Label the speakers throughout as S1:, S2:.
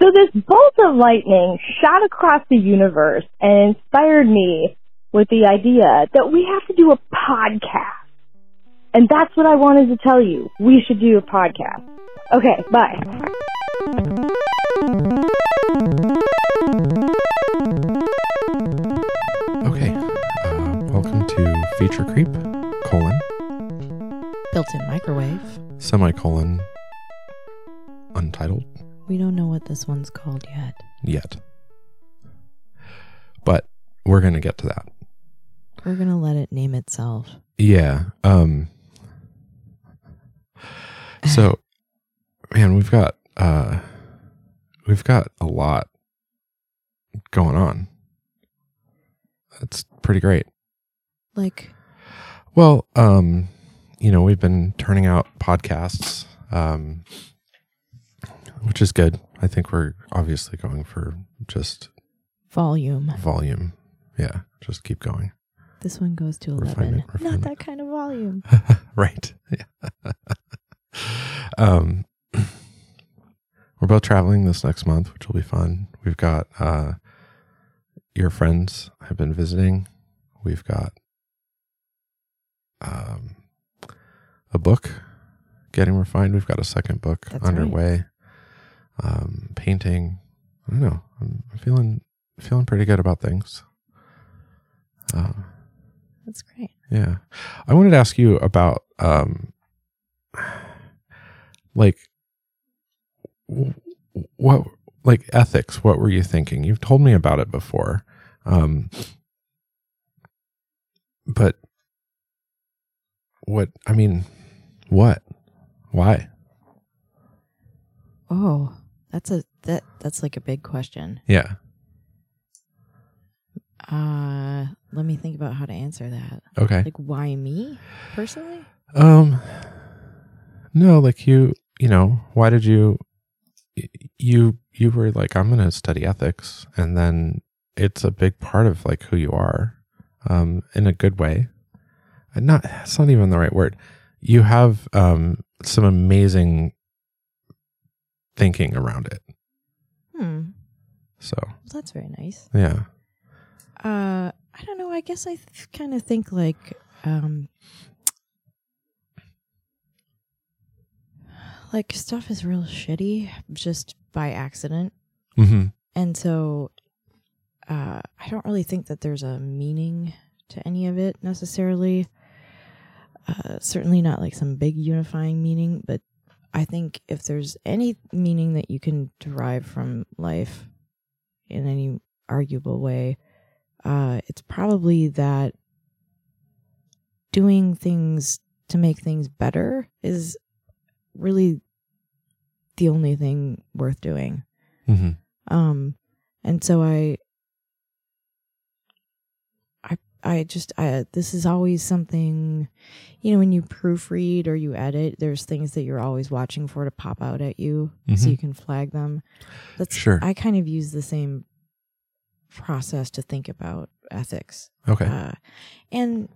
S1: this bolt of lightning shot across the universe and inspired me with the idea that we have to do a podcast. And that's what I wanted to tell you. We should do a podcast. Okay, bye.
S2: Okay. Uh, welcome to Feature Creep, colon,
S3: Built in microwave.
S2: semicolon, untitled
S3: We don't know what this one's called yet.
S2: yet. But we're going to get to that.
S3: We're going to let it name itself.
S2: Yeah. Um So man, we've got uh we've got a lot going on. That's pretty great.
S3: Like,
S2: Well, um you know, we've been turning out podcasts um which is good. I think we're obviously going for just
S3: volume.
S2: volume. Yeah, just keep going.
S3: This one goes to 11.
S2: Refinement,
S3: Not
S2: refinement.
S3: that kind of volume.
S2: right. Yeah. um, we're both traveling this next month, which will be fun. We've got uh, your friends have been visiting. We've got um, a book getting refined. We've got a second book
S3: That's right.
S2: underway. Um, painting. I don't know. I'm feeling feeling pretty good about things. Um,
S3: That's great.
S2: yeah. I wanted to ask you about um like w- what like ethics, what were you thinking? You've told me about it before. Um but what I mean, what? Why?
S3: Oh, that's a that that's like a big question.
S2: Yeah.
S3: Uh, let me think about how to answer that.
S2: Okay.
S3: Like why me personally?
S2: Um no, like you, you know, why did you y- you you were like I'm going to study ethics and then it's a big part of like who you are um in a good way. And not it's not even the right word. You have um some amazing thinking around it.
S3: Hmm.
S2: So,
S3: Well, that's very nice.
S2: yeah.
S3: Uh, I don't know. I guess I th- kind of think like, um, like stuff is real shitty just by accident,
S2: Mhm.
S3: and so uh, I don't really think that there's a meaning to any of it necessarily. Uh, certainly not like some big unifying meaning, but I think if there's any meaning that you can derive from life in any arguable way, uh, it's probably that doing things to make things better is really the only thing worth doing
S2: Mhm.
S3: um and so i i i just i this is always something you know when you proofread or you edit there's things that you're always watching for to pop out at you so
S2: Mhm.
S3: you can flag them that's
S2: Sure.
S3: i kind of use the same process to think about ethics
S2: Okay.
S3: uh, and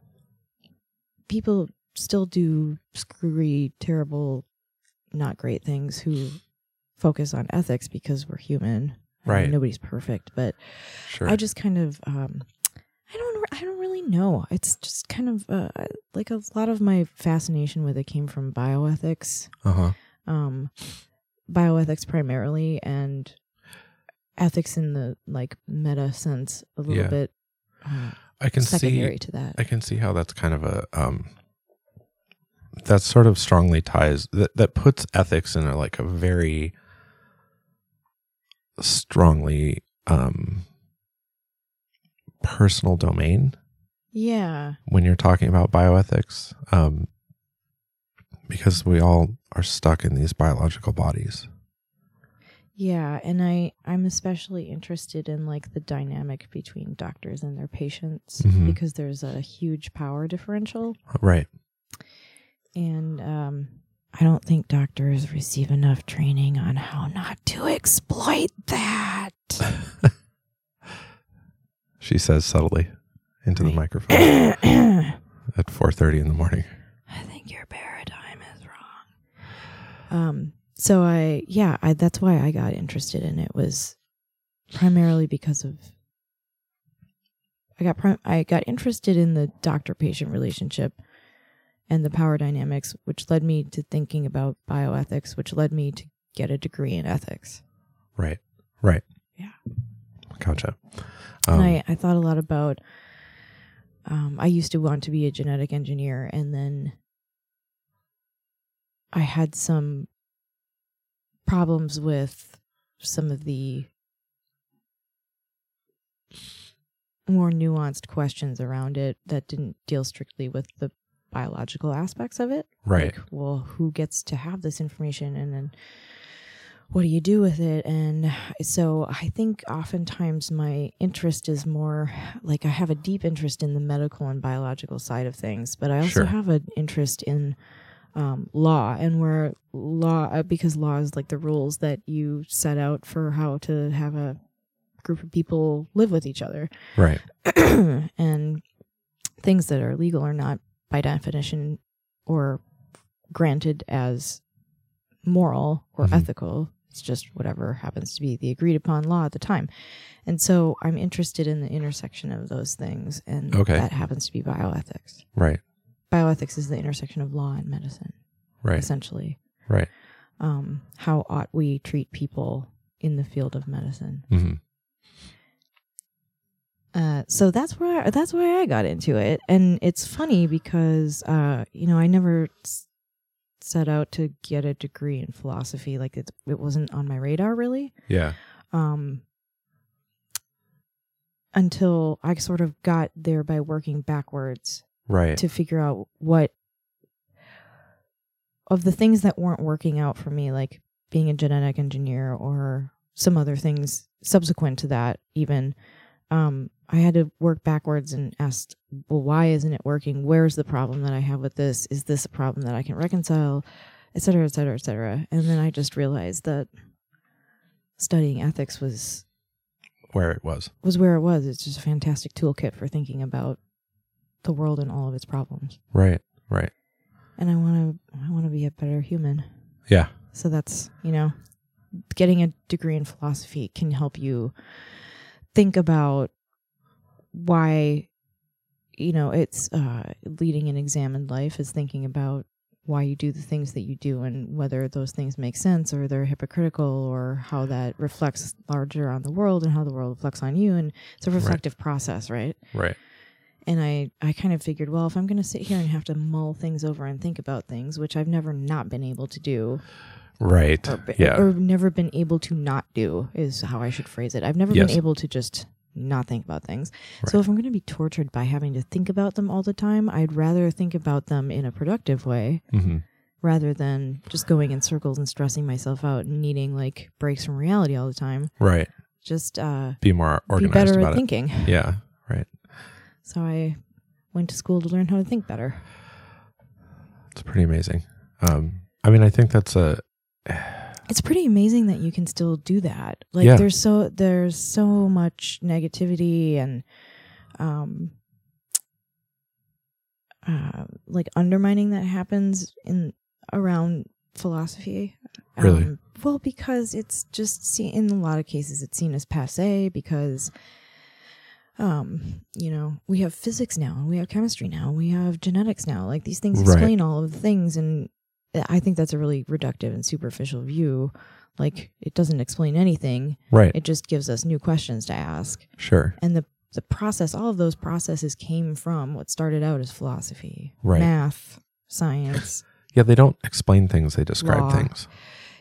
S3: people still do screwy, terrible, not great things who focus on ethics because we're human. I mean,
S2: Right.
S3: Nobody's perfect, but
S2: sure.
S3: I just kind of um I don't I don't really know. It's just kind of uh, like a lot of my fascination with it came from bioethics
S2: uh-huh.
S3: um bioethics primarily and ethics in the like meta sense a little
S2: Yeah.
S3: bit uh,
S2: I can see
S3: secondary to that
S2: I can see how that's kind of a um that sort of strongly ties that that puts ethics in a like a very strongly um personal domain
S3: yeah
S2: when you're talking about bioethics um because we all are stuck in these biological bodies.
S3: yeah and i i'm especially interested in like the dynamic between doctors and their patients
S2: Mhm.
S3: because there's a huge power differential
S2: Right.
S3: and um i don't think doctors receive enough training on how not to exploit that
S2: She says subtly into the
S3: Right.
S2: microphone
S3: i
S2: at 4:30 in the morning.
S3: think your paradigm is wrong um so I yeah, I that's why I got interested in it was primarily because of I got prim- I got interested in the doctor patient relationship and the power dynamics, which led me to thinking about bioethics, which led me to get a degree in ethics.
S2: Right. Right.
S3: Yeah.
S2: Gotcha.
S3: and
S2: Um,
S3: I, I thought a lot about um, I used to want to be a genetic engineer, and then I had some problems with some of the more nuanced questions around it that didn't deal strictly with the biological aspects of it.
S2: right.
S3: Like, well, who gets to have this information and then what do you do with it? And so I think oftentimes my interest is more like I have a deep interest in the medical and biological side of things, but I also
S2: Sure.
S3: have an interest in um, law and where law, uh, because law is like the rules that you set out for how to have a group of people live with each other
S2: Right.
S3: and things that are legal are not by definition or granted as moral or
S2: Mhm.
S3: ethical. It's just whatever happens to be the agreed upon law at the time. And so I'm interested in the intersection of those things. And
S2: Okay.
S3: that happens to be bioethics.
S2: Right.
S3: Bioethics is the intersection of law and medicine,
S2: Right.
S3: essentially.
S2: Right.
S3: Um, how ought we treat people in the field of medicine?
S2: hmm
S3: Uh, so that's where I, that's why I got into it, and it's funny because uh, you know I never s- set out to get a degree in philosophy. Like it, it wasn't on my radar really
S2: Yeah.
S3: um, until I sort of got there by working backwards
S2: Right.
S3: to figure out what of the things that weren't working out for me, like being a genetic engineer or some other things subsequent to that, even. Um, I had to work backwards and asked, well, why isn't it working? Where's the problem that I have with this? Is this a problem that I can reconcile? Et cetera, et cetera, et cetera. And then I just realized that studying ethics was
S2: Where it was.
S3: was where it was. It's just a fantastic toolkit for thinking about the world and all of its problems
S2: Right. Right.
S3: and I want to I want to be a better human.
S2: Yeah.
S3: So that's, you know, getting a degree in philosophy can help you think about why you know, it's uh leading an examined life is thinking about why you do the things that you do and whether those things make sense or they're hypocritical or how that reflects larger on the world and how the world reflects on you and it's a
S2: Right.
S3: reflective process, right?
S2: Right.
S3: and I, I kind of figured, well, if I'm going to sit here and have to mull things over and think about things, which I've never not been able to do,
S2: Right.
S3: or, be-
S2: Yeah.
S3: or never been able to not do, is how I should phrase it. I've never
S2: Yes.
S3: been able to just not think about things. So
S2: Right.
S3: if I'm going to be tortured by having to think about them all the time, I'd rather think about them in a productive way
S2: hmm
S3: rather than just going in circles and stressing myself out and needing like breaks from reality all the time.
S2: Right.
S3: Just uh,
S2: Be more
S3: be
S2: organized
S3: better
S2: about
S3: at
S2: it.
S3: thinking.
S2: Yeah. Right.
S3: So I went to school to learn how to think better.
S2: It's pretty amazing. Um, I mean, I think that's a
S3: it's pretty amazing that you can still do that. Like
S2: Yeah.
S3: there's so there's so much negativity and um uh like undermining that happens in around philosophy.
S2: Really?
S3: Um, well, because it's just seen in a lot of cases it's seen as passe because um you know we have physics now we have chemistry now we have genetics now like these things
S2: Right.
S3: explain all of the things and eh, I think that's a really reductive and superficial view. Like it doesn't explain anything.
S2: right.
S3: It just gives us new questions to ask.
S2: sure.
S3: And the the process, all of those processes came from what started out as philosophy,
S2: Right.
S3: math, science.
S2: Yeah. They don't explain things; they describe
S3: Law.
S2: things.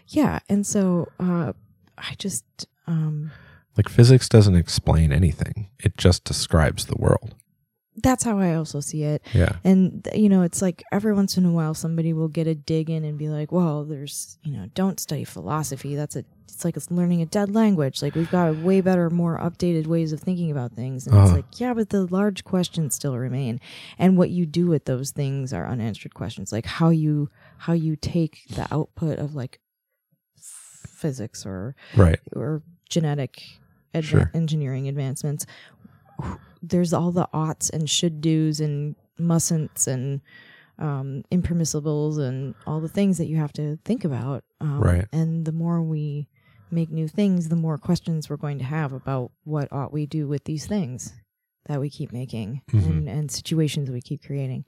S3: yeah, and so uh, I just um,
S2: Like physics doesn't explain anything; it just describes the world.
S3: that's how I also see it.
S2: Yeah.
S3: And th- you know, it's like every once in a while somebody will get a dig in and be like, "Well, there's you know, don't study philosophy. That's a it's like it's learning a dead language. Like we've got way better, more updated ways of thinking about things." And it's
S2: Uh-huh.
S3: like, yeah, but the large questions still remain, and what you do with those things are unanswered questions, like how you how you take the output of like f- physics or
S2: Right.
S3: or genetic adva-
S2: Sure.
S3: engineering advancements, there's all the oughts and should do's and mustn'ts and um, impermissibles and all the things that you have to think about. Um,
S2: Right.
S3: And the more we make new things, the more questions we're going to have about what ought we do with these things that we keep making
S2: Mhm.
S3: and, and situations we keep creating.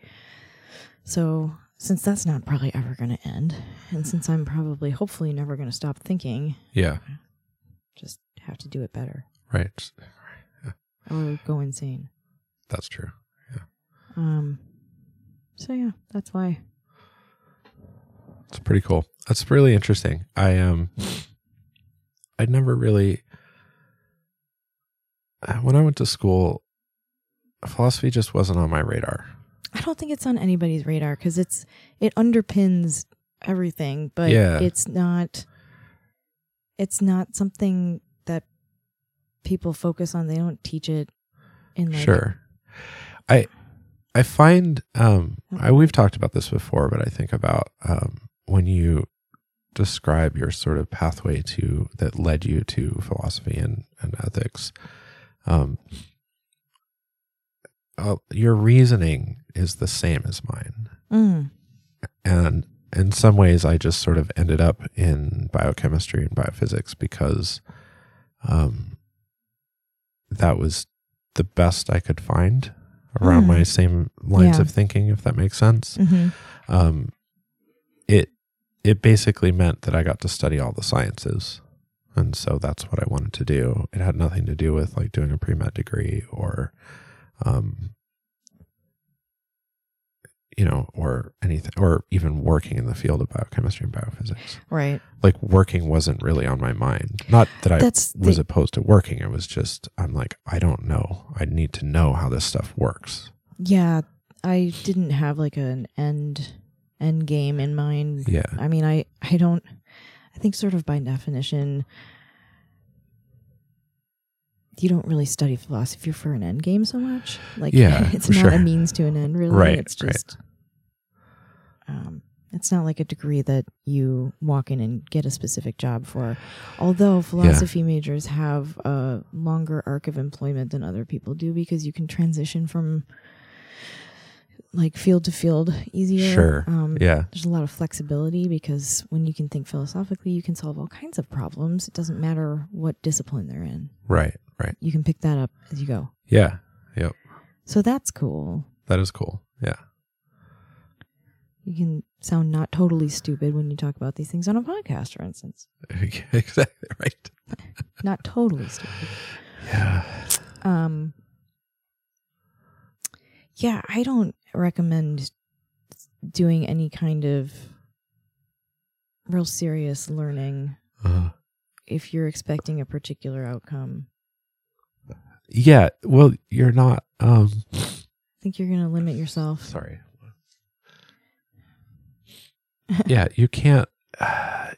S3: So, since that's not probably ever going to end, and since I'm probably hopefully never going to stop thinking,
S2: Yeah.
S3: just have to do it better
S2: Right.
S3: or go insane.
S2: That's true.
S3: Um, so, yeah, that's why.
S2: It's pretty cool. That's really interesting. I um I never really uh, when I went to school philosophy just wasn't on my radar.
S3: I don't think it's on anybody's radar because it's it underpins everything, but
S2: Yeah.
S3: it's not it's not something that people focus on. They don't teach it in like
S2: Sure. I I find um I we've talked about this before, but I think about um when you describe your sort of pathway to that led you to philosophy and, and ethics. Um uh, your reasoning is the same as mine.
S3: Mm,
S2: and in some ways i just sort of ended up in biochemistry and biophysics because um, that was the best i could find around
S3: Mm.
S2: my same lines
S3: Yeah.
S2: of thinking if that makes sense
S3: mhm.
S2: um, it it basically meant that i got to study all the sciences and so that's what i wanted to do it had nothing to do with like doing a pre-med degree or um, you know, or anything, or even working in the field of biochemistry and biophysics.
S3: Right.
S2: Like working wasn't really on my mind. Not that I
S3: That's the,
S2: was opposed to working. It was just I'm like I don't know. I need to know how this stuff works.
S3: yeah. I didn't have like an end end game in mind
S2: Yeah,
S3: I mean, I I don't. I think sort of by definition, you don't really study philosophy for an end game so much. Like,
S2: Yeah,
S3: it's
S2: for
S3: not
S2: sure.
S3: a means to an end, really.
S2: Right,
S3: It's
S2: right.
S3: just, um, it's not like a degree that you walk in and get a specific job for. Although philosophy majors have a longer arc of employment than other people do because you can transition from like field to field easier.
S2: Sure.
S3: Um,
S2: yeah,
S3: there's a lot of flexibility because when you can think philosophically, you can solve all kinds of problems. It doesn't matter what discipline they're in.
S2: right, right,
S3: You can pick that up as you go.
S2: yeah.
S3: So that's cool.
S2: That is cool. Yeah,
S3: You can sound not totally stupid when you talk about these things on a podcast, for instance.
S2: exactly right.
S3: Not totally stupid.
S2: Yeah,
S3: Um, yeah, I don't recommend doing any kind of real serious learning
S2: uh,
S3: if you're expecting a particular outcome.
S2: yeah. Well, you're not. Um,
S3: I think you're going to limit yourself.
S2: sorry. yeah, you can't.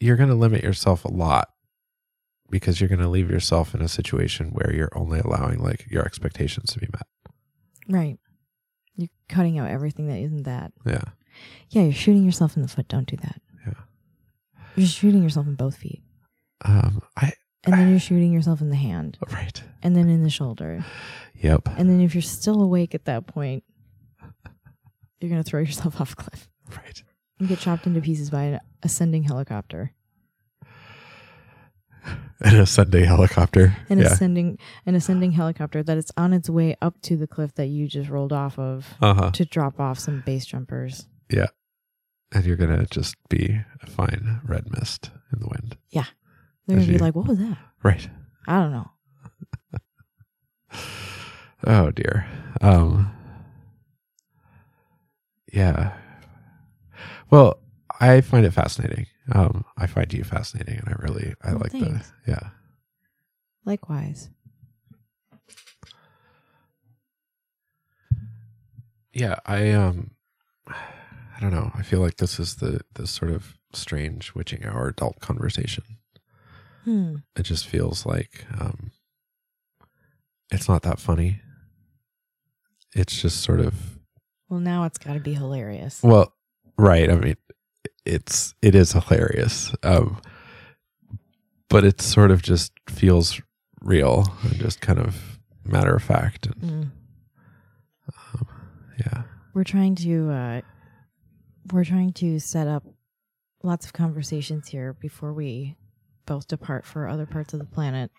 S2: you're going to limit yourself a lot because you're going to leave yourself in a situation where you're only allowing like your expectations to be met.
S3: Right. You're cutting out everything that isn't that.
S2: Yeah.
S3: Yeah, you're shooting yourself in the foot. Don't do that.
S2: Yeah.
S3: You're shooting yourself in both feet.
S2: Um. I.
S3: And then you're shooting yourself in the hand.
S2: Right.
S3: And then in the shoulder.
S2: Yep.
S3: And then if you're still awake at that point, you're going to throw yourself off a cliff
S2: Right.
S3: and get chopped into pieces by an ascending helicopter.
S2: And a Sunday helicopter.
S3: An
S2: yeah.
S3: ascending an ascending helicopter that it's on its way up to the cliff that you just rolled off of
S2: uh huh.
S3: to drop off some base jumpers.
S2: And you're gonna just be a fine red mist in the wind.
S3: They're going to
S2: As
S3: be
S2: you-
S3: like, "What was that?"
S2: Right.
S3: I don't know.
S2: Oh dear. Um Yeah. Well, I find it fascinating. Um I find you fascinating and I really I
S3: Well,
S2: like
S3: thanks.
S2: the yeah.
S3: Likewise.
S2: Yeah, I um I don't know. I feel like this is the this sort of strange witching hour adult conversation.
S3: Hmm.
S2: It just feels like um it's not that funny. It's just sort of
S3: Well, now it's got to be hilarious.
S2: Well, right. I mean, it's it is hilarious, um, but it sort of just feels real Mm. and just kind of matter of fact. And,
S3: Mm.
S2: um, yeah,
S3: we're trying to uh, we're trying to set up lots of conversations here before we both depart for other parts of the planet.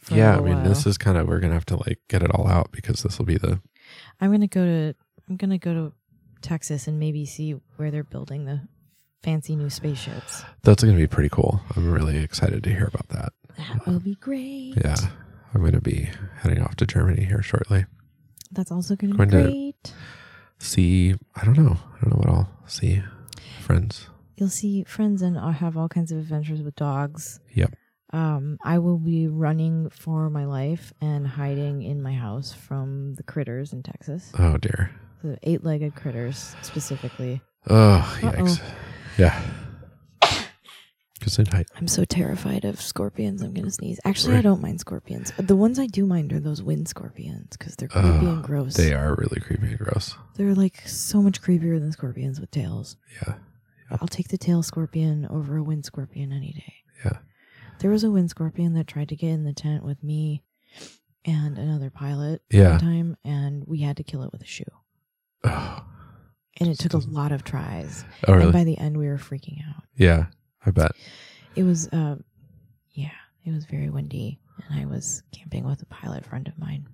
S3: for a
S2: yeah, I
S3: little
S2: mean,
S3: while.
S2: this is kind of we're gonna have to like get it all out because this will be the
S3: I'm gonna go to I'm gonna go to Texas and maybe see where they're building the fancy new spaceships.
S2: that's gonna be pretty cool. I'm really excited to hear about that.
S3: That will be great.
S2: Yeah, I'm gonna be heading off to Germany here shortly.
S3: That's also gonna
S2: Going
S3: be
S2: to-
S3: great.
S2: See, I don't know, I don't know what I'll see. Friends,
S3: You'll see friends and I'll have all kinds of adventures with dogs.
S2: Yep.
S3: Um, I will be running for my life and hiding in my house from the critters in Texas.
S2: oh dear,
S3: The eight legged critters specifically.
S2: oh yikes, yeah. Good night.
S3: I'm so terrified of scorpions. I'm gonna sneeze. Actually, I
S2: Right.
S3: don't mind scorpions. The ones I do mind are those wind scorpions because they're creepy
S2: Oh,
S3: and gross.
S2: They are really creepy and gross.
S3: They're like so much creepier than scorpions with tails.
S2: Yeah.
S3: I'll take the tail scorpion over a wind scorpion any day.
S2: Yeah.
S3: There was a wind scorpion that tried to get in the tent with me and another pilot
S2: Yeah.
S3: one time, and we had to kill it with a shoe.
S2: Oh,
S3: And it took a
S2: Doesn't-
S3: lot of tries.
S2: oh
S3: And
S2: really?
S3: by the end, we were freaking out.
S2: Yeah. I bet.
S3: It was, uh, yeah, it was very windy, and I was camping with a pilot friend of mine.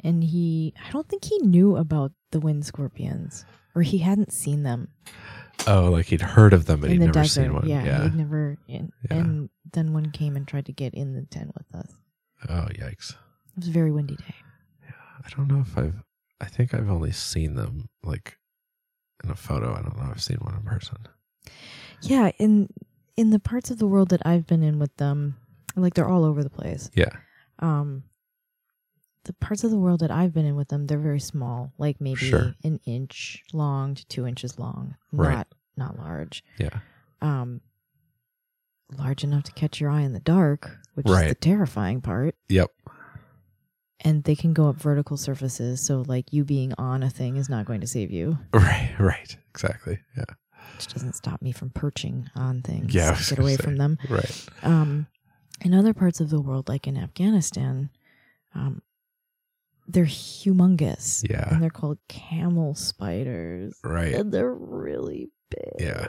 S3: And he, I don't think he knew about the wind scorpions, or he hadn't seen them.
S2: Oh, like he'd heard of them, but
S3: in
S2: he'd
S3: the
S2: never
S3: desert.
S2: seen one.
S3: Yeah,
S2: Yeah.
S3: he'd never. And,
S2: Yeah.
S3: and then one came and tried to get in the tent with us.
S2: Oh, yikes.
S3: It was a very windy day.
S2: I don't know if I've. I think I've only seen them like in a photo. I don't know. if I've seen one in person.
S3: Yeah, in in the parts of the world that I've been in with them, like they're all over the place.
S2: Yeah.
S3: Um, the parts of the world that I've been in with them, they're very small, like maybe
S2: Sure.
S3: an inch long to two inches long,
S2: Right.
S3: not not large.
S2: Yeah.
S3: Um, large enough to catch your eye in the dark, which is the
S2: Right.
S3: terrifying part.
S2: Yep.
S3: and they can go up vertical surfaces so like you being on a thing is not going to save you
S2: Right. Right. Exactly. Yeah.
S3: which doesn't stop me from perching on things
S2: Yeah, I
S3: to
S2: was
S3: get
S2: gonna
S3: away
S2: say.
S3: from them
S2: Right.
S3: um, in other parts of the world like in afghanistan um, they're humongous
S2: Yeah.
S3: and they're called camel spiders
S2: Right.
S3: and they're really big
S2: Yeah.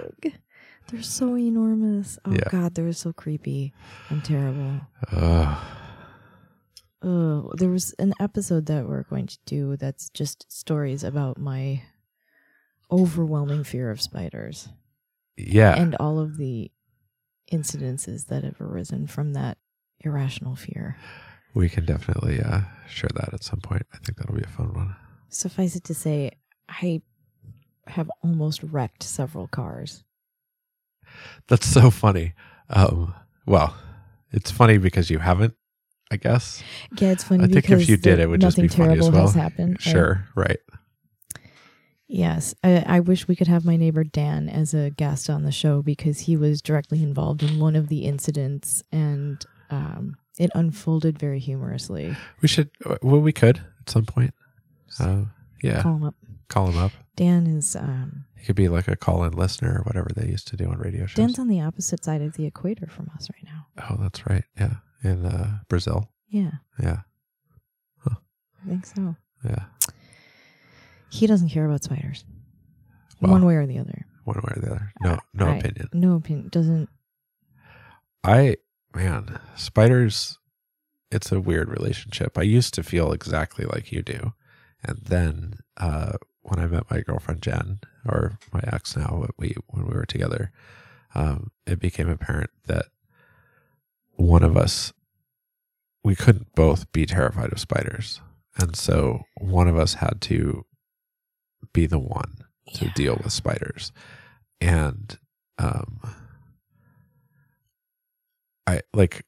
S3: they're so enormous oh
S2: Yeah.
S3: god they were so creepy and terrible
S2: Oh.
S3: Oh, there was an episode that we're going to do that's just stories about my overwhelming fear of spiders
S2: Yeah.
S3: and all of the incidences that have arisen from that irrational fear.
S2: we can definitely uh, share that at some point. I think that'll be a fun one.
S3: Suffice it to say, I have almost wrecked several cars.
S2: That's so funny. Um. Well, it's funny because you haven't. I guess.
S3: Yeah, it's funny.
S2: I think
S3: because
S2: if you did,
S3: the-
S2: it would just
S3: nothing
S2: be funny
S3: terrible
S2: as well.
S3: Has happened. I-
S2: Sure. Right.
S3: Yes, I, I wish we could have my neighbor Dan as a guest on the show because he was directly involved in one of the incidents, and um, it unfolded very humorously.
S2: We should. Well, we could at some point. Uh, yeah,
S3: Call him up.
S2: call him up.
S3: Dan is um,
S2: He could be like a call-in listener or whatever they used to do on radio shows.
S3: Dan's on the opposite side of the equator from us right now.
S2: oh, that's right. Yeah, in uh, Brazil.
S3: Yeah,
S2: Yeah,
S3: I think so.
S2: yeah.
S3: He doesn't care about spiders,
S2: Well,
S3: one way or the other.
S2: one way or the other. No, no
S3: Right.
S2: opinion.
S3: No opinion. Doesn't.
S2: I man, spiders. It's a weird relationship. I used to feel exactly like you do, and then uh, when I met my girlfriend Jen, or my ex now, we when we were together, um, it became apparent that one of us we couldn't both be terrified of spiders, and so one of us had to be the one to
S3: Yeah.
S2: deal with spiders. And um I like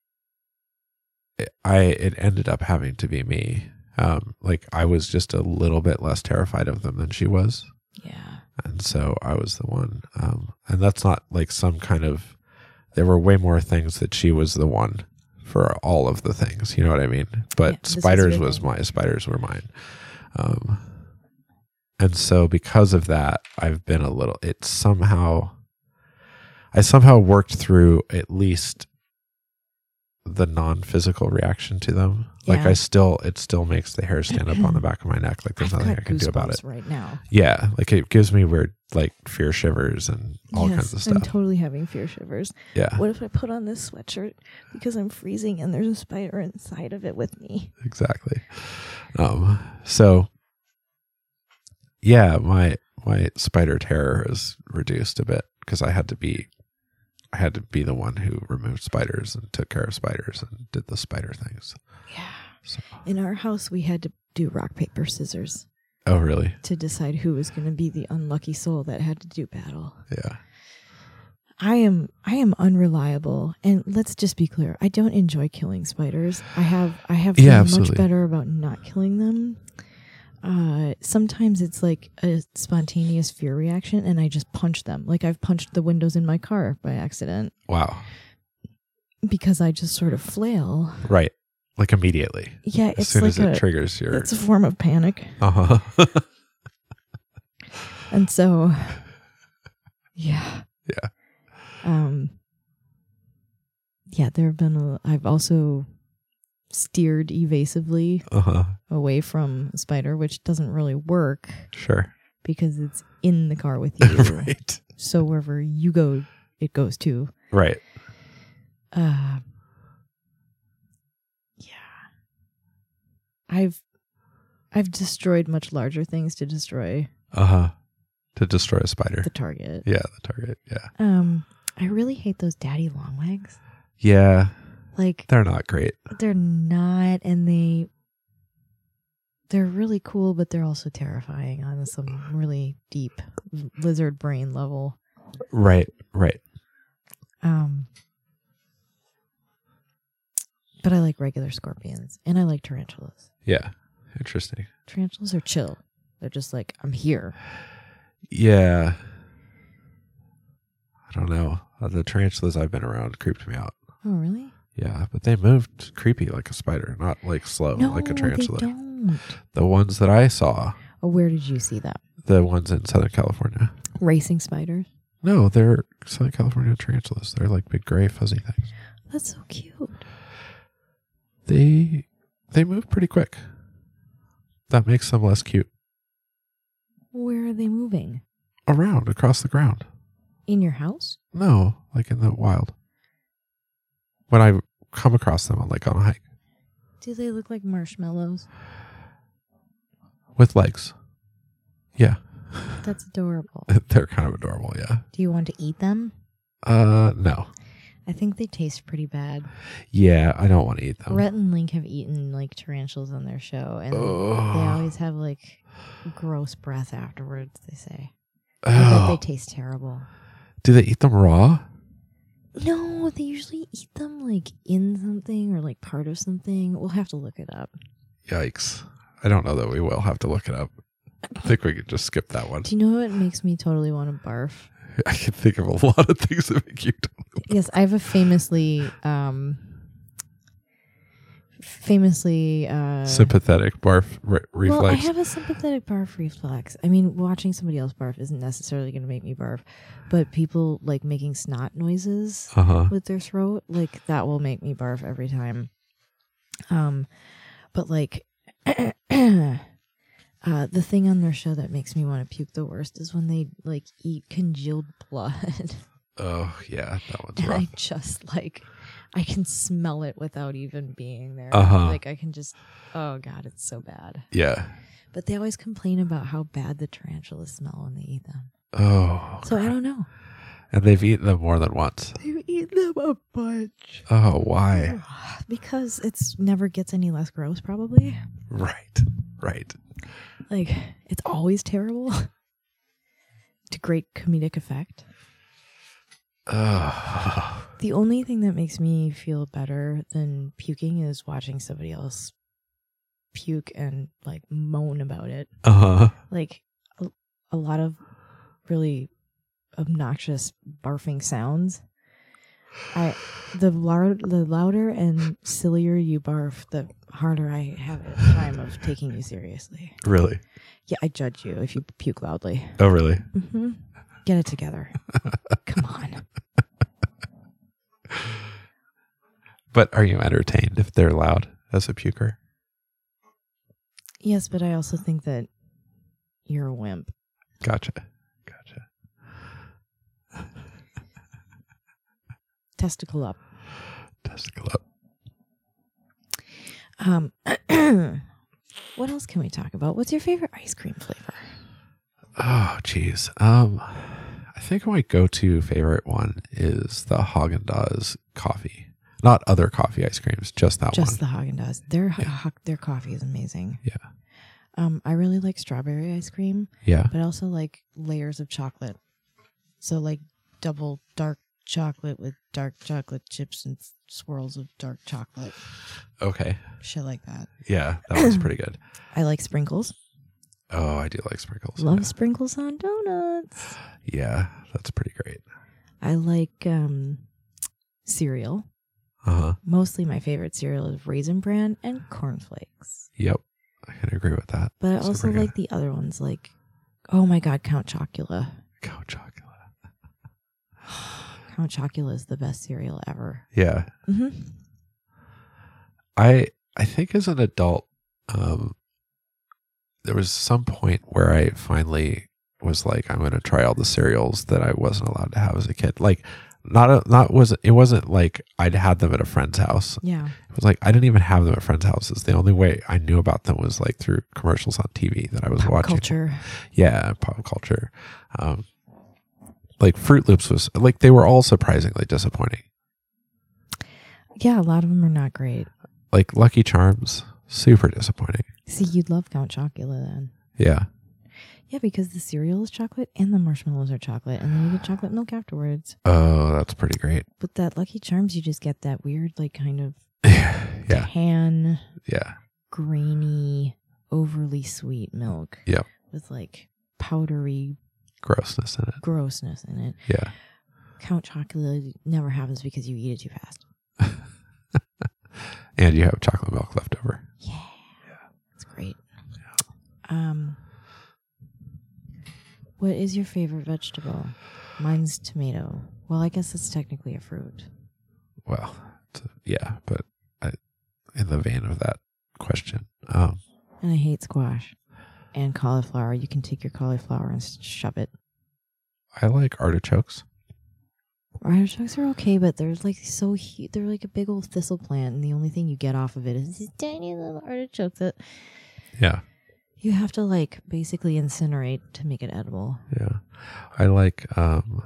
S2: I it ended up having to be me. Um like I was just a little bit less terrified of them than she was.
S3: Yeah.
S2: And so I was the one. Um and that's not like some kind of there were way more things that she was the one for all of the things, you know what I mean? But
S3: Yeah, this was
S2: spiders
S3: your
S2: was
S3: thing.
S2: my spiders were mine. Um and so because of that, I've been a little it somehow I somehow worked through at least the non-physical reaction to them. Like
S3: Yeah.
S2: I still, it still makes the hair stand up on the back of my neck. Like there's
S3: I've
S2: nothing I
S3: got
S2: can do about it.
S3: goosebumps right now.
S2: Yeah, like it gives me weird, like fear shivers and all
S3: Yes,
S2: kinds of
S3: I'm
S2: stuff.
S3: totally having fear shivers.
S2: yeah,
S3: What if I put on this sweatshirt because I'm freezing and there's a spider inside of it with me?
S2: exactly. Um, so yeah, my my spider terror is reduced a bit because I had to be, I had to be the one who removed spiders and took care of spiders and did the spider things.
S3: Yeah.
S2: So,
S3: In our house, we had to do rock, paper, scissors
S2: oh, really?
S3: to decide who was going to be the unlucky soul that had to do battle.
S2: Yeah.
S3: I am I am unreliable and let's just be clear. I don't enjoy killing spiders. I have I have
S2: Yeah,
S3: gotten much
S2: absolutely.
S3: better about not killing them. Uh, sometimes it's like a spontaneous fear reaction and I just punch them. Like I've punched the windows in my car by accident
S2: Wow.
S3: because I just sort of flail.
S2: Right. Like immediately.
S3: Yeah,
S2: As
S3: it's
S2: soon
S3: like
S2: as it
S3: a
S2: triggers your
S3: it's a form of panic.
S2: uh huh.
S3: And so yeah.
S2: Yeah.
S3: Um yeah, there have been a, I've also steered evasively
S2: uh huh.
S3: away from a spider, which doesn't really work
S2: Sure.
S3: because it's in the car with you.
S2: right.
S3: So wherever you go, it goes to.
S2: Right.
S3: Uh, yeah, I've I've destroyed much larger things to destroy
S2: Uh huh. To destroy a spider.
S3: the target.
S2: yeah, the target. Yeah.
S3: Um, I really hate those daddy long legs.
S2: Yeah.
S3: Like
S2: They're not great.
S3: they're not, and they they're really cool, but they're also terrifying on some really deep lizard brain level.
S2: Right. Right.
S3: Um, but I like regular scorpions and I like tarantulas.
S2: Yeah. Interesting.
S3: Tarantulas are chill. They're just like, I'm here.
S2: Yeah. I don't know. Uh, The tarantulas I've been around creeped me out.
S3: Oh, really?
S2: Yeah, but they moved creepy like a spider, not like slow
S3: no,
S2: like a
S3: They
S2: tarantula.
S3: don't.
S2: The ones that I saw,
S3: Oh, where did you see them?
S2: the ones in Southern California.
S3: Racing spiders.
S2: No, they're Southern California tarantulas. They're like big gray fuzzy things.
S3: That's so cute.
S2: They they move pretty quick. That makes them less cute.
S3: Where are they moving?
S2: Around across the ground.
S3: In your house?
S2: No, like in the wild. When I come across them on like on a hike
S3: Do they look like marshmallows?
S2: with legs. Yeah.
S3: That's adorable.
S2: They're kind of adorable, yeah.
S3: Do you want to eat them?
S2: Uh no.
S3: I think they taste pretty bad.
S2: Yeah, I don't want to eat them.
S3: Rhett and Link have eaten like tarantulas on their show, and They
S2: Ugh.
S3: always have like gross breath afterwards, they say. I
S2: Oh.
S3: bet they taste terrible.
S2: Do they eat them raw?
S3: No, they usually eat them like in something or like part of something. We'll have to look it up.
S2: Yikes. I don't know that we will have to look it up. I think we could just skip that one.
S3: Do you know what makes me totally want to barf?
S2: I can think of a lot of things that make you totally
S3: Yes, I have a famously um famously uh
S2: sympathetic barf re- reflex.
S3: Well, I have a sympathetic barf reflex. I mean, watching somebody else barf isn't necessarily going to make me barf, but people like making snot noises
S2: uh huh.
S3: with their throat like that will make me barf every time um but like uh the thing on their show that makes me want to puke the worst is when they like eat congealed blood
S2: Oh yeah, that one's
S3: and
S2: rough.
S3: i just like i can smell it without even being there
S2: Uh-huh.
S3: like i can just oh god it's so bad
S2: yeah.
S3: but they always complain about how bad the tarantulas smell when they eat them
S2: Oh.
S3: so i
S2: crap.
S3: don't know
S2: and they've eaten them more than once.
S3: they've eaten them a bunch
S2: Oh, why?
S3: Because it's never gets any less gross, probably.
S2: Right. Right.
S3: Like it's always terrible. to great comedic effect.
S2: Oh.
S3: The only thing that makes me feel better than puking is watching somebody else puke and like moan about it.
S2: Uh huh.
S3: Like a, a lot of really obnoxious barfing sounds. I the lar- the louder and sillier you barf, the harder I have a time of taking you seriously.
S2: Really?
S3: Yeah, I judge you if you puke loudly.
S2: Oh, really?
S3: Mm-hmm. Get it together. Come on.
S2: But are you entertained if they're loud as a puker?
S3: Yes, but I also think that you're a wimp.
S2: Gotcha. Gotcha.
S3: Testicle up.
S2: Testicle up.
S3: Um, what else can we talk about? What's your favorite ice cream flavor?
S2: Oh, geez. Um, I think my go-to favorite one is the Haagen Dazs coffee. Not other coffee ice creams, just that
S3: Just
S2: one.
S3: the Haagen Dazs. Their
S2: Yeah.
S3: ho- their coffee is amazing.
S2: Yeah.
S3: Um, I really like strawberry ice cream,
S2: yeah.
S3: but I also like layers of chocolate. So like double dark chocolate with dark chocolate chips and swirls of dark chocolate,
S2: Okay.
S3: shit like that.
S2: Yeah, that one's pretty good.
S3: I like sprinkles.
S2: Oh, I do like sprinkles.
S3: Love sprinkles on donuts.
S2: Yeah, that's pretty great.
S3: I like um cereal.
S2: Uh huh.
S3: Mostly my favorite cereal is Raisin Bran and Cornflakes.
S2: Yep, I can agree with that.
S3: But I
S2: Those are
S3: also
S2: pretty
S3: like the other ones like oh my god, Count Chocula.
S2: good. cow chocolate.
S3: Count Chocula is the best cereal ever.
S2: Yeah,
S3: hmm
S2: I I think as an adult, um, there was some point where I finally was like, I'm going to try all the cereals that I wasn't allowed to have as a kid. Like, not a, not was it wasn't like I'd had them at a friend's house.
S3: Yeah.
S2: It was like I didn't even have them at friends' houses. The only way I knew about them was like through commercials on TV that I was
S3: Pop
S2: watching.
S3: culture.
S2: yeah pop culture um like fruit loops was like they were all surprisingly disappointing
S3: Yeah, a lot of them are not great.
S2: like lucky charms super disappointing
S3: See, you'd love Count Chocula then.
S2: yeah
S3: Yeah, because the cereal is chocolate and the marshmallows are chocolate, and then you get chocolate milk afterwards.
S2: oh that's pretty great
S3: But that Lucky Charms, you just get that weird, like, kind of
S2: yeah
S3: tan,
S2: yeah
S3: grainy, overly sweet milk.
S2: Yeah.
S3: With like powdery
S2: grossness in it
S3: grossness in it.
S2: yeah
S3: Count Chocula never happens because you eat it too fast.
S2: and you have chocolate milk left over
S3: Yeah. It's great. Um, what is your favorite vegetable? Mine's tomato. Well, I guess it's technically a fruit.
S2: well it's- yeah but I, in the vein of that question um
S3: And I hate squash and cauliflower. You can take your cauliflower and s- shove it.
S2: i like artichokes
S3: Artichokes are okay, but they're like so huge. They're like a big old thistle plant, and the only thing you get off of it is these tiny little artichokes that
S2: yeah
S3: you have to like basically incinerate to make it edible.
S2: yeah i like um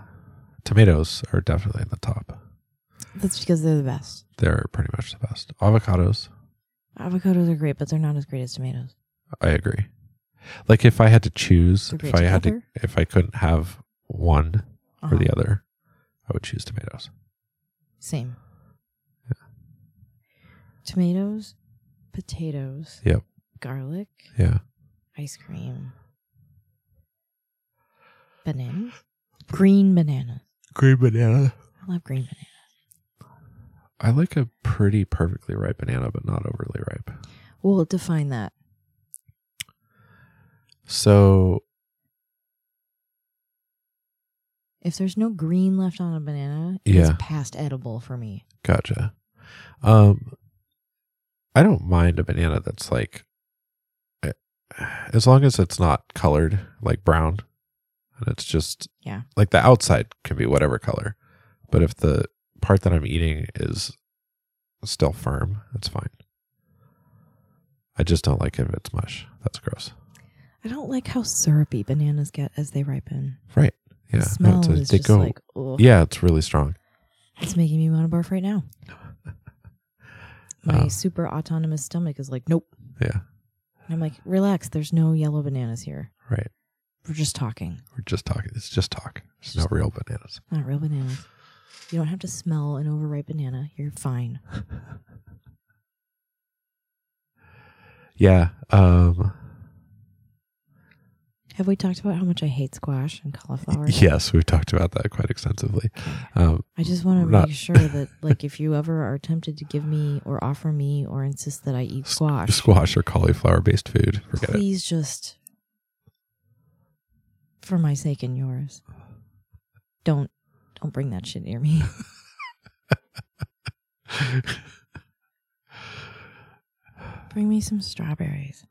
S2: tomatoes are definitely in the top
S3: That's because they're the best.
S2: they're pretty much the best avocados
S3: Avocados are great, but they're not as great as tomatoes.
S2: I agree. Like if I had to choose,
S3: They're
S2: if
S3: great
S2: I had to,
S3: together.
S2: if I couldn't have one or the
S3: Uh-huh.
S2: other, I would choose tomatoes.
S3: Same. Tomatoes, potatoes.
S2: Yep.
S3: Garlic,
S2: Yeah,
S3: ice cream, bananas, green bananas.
S2: green banana.
S3: I love green bananas.
S2: I like a pretty perfectly ripe banana, but not overly ripe.
S3: We'll define that.
S2: So
S3: If there's no green left on a banana,
S2: Yeah.
S3: it's past edible for me.
S2: gotcha. Um, I don't mind a banana that's like, eh, as long as it's not colored like brown, and it's just
S3: Yeah.
S2: like the outside can be whatever color, but if the part that I'm eating is still firm, that's fine. I just don't like if it's mush. That's gross.
S3: I don't like how syrupy bananas get as they ripen.
S2: Right? Yeah. No,
S3: the smell
S2: it's a-
S3: is
S2: they
S3: just
S2: go-
S3: like, oh,
S2: yeah, it's really strong.
S3: it's making me want to barf right now. My
S2: Oh.
S3: super autonomous stomach is like, nope.
S2: Yeah.
S3: And I'm like, relax. There's no yellow bananas here.
S2: Right.
S3: We're just talking,
S2: We're just talking. It's just talk. It's no
S3: Just-
S2: real bananas.
S3: not real bananas. You don't have to smell an overripe banana. You're fine.
S2: Yeah. Um,
S3: Have we talked about how much I hate squash and cauliflower?
S2: yes, we've talked about that quite extensively. Um,
S3: I just want to
S2: Not-
S3: make sure that, like, if you ever are tempted to give me or offer me or insist that I eat
S2: s-
S3: squash,
S2: squash or cauliflower based food. Forget it.
S3: please just, for my sake and yours, don't don't bring that shit near me. Bring me some strawberries,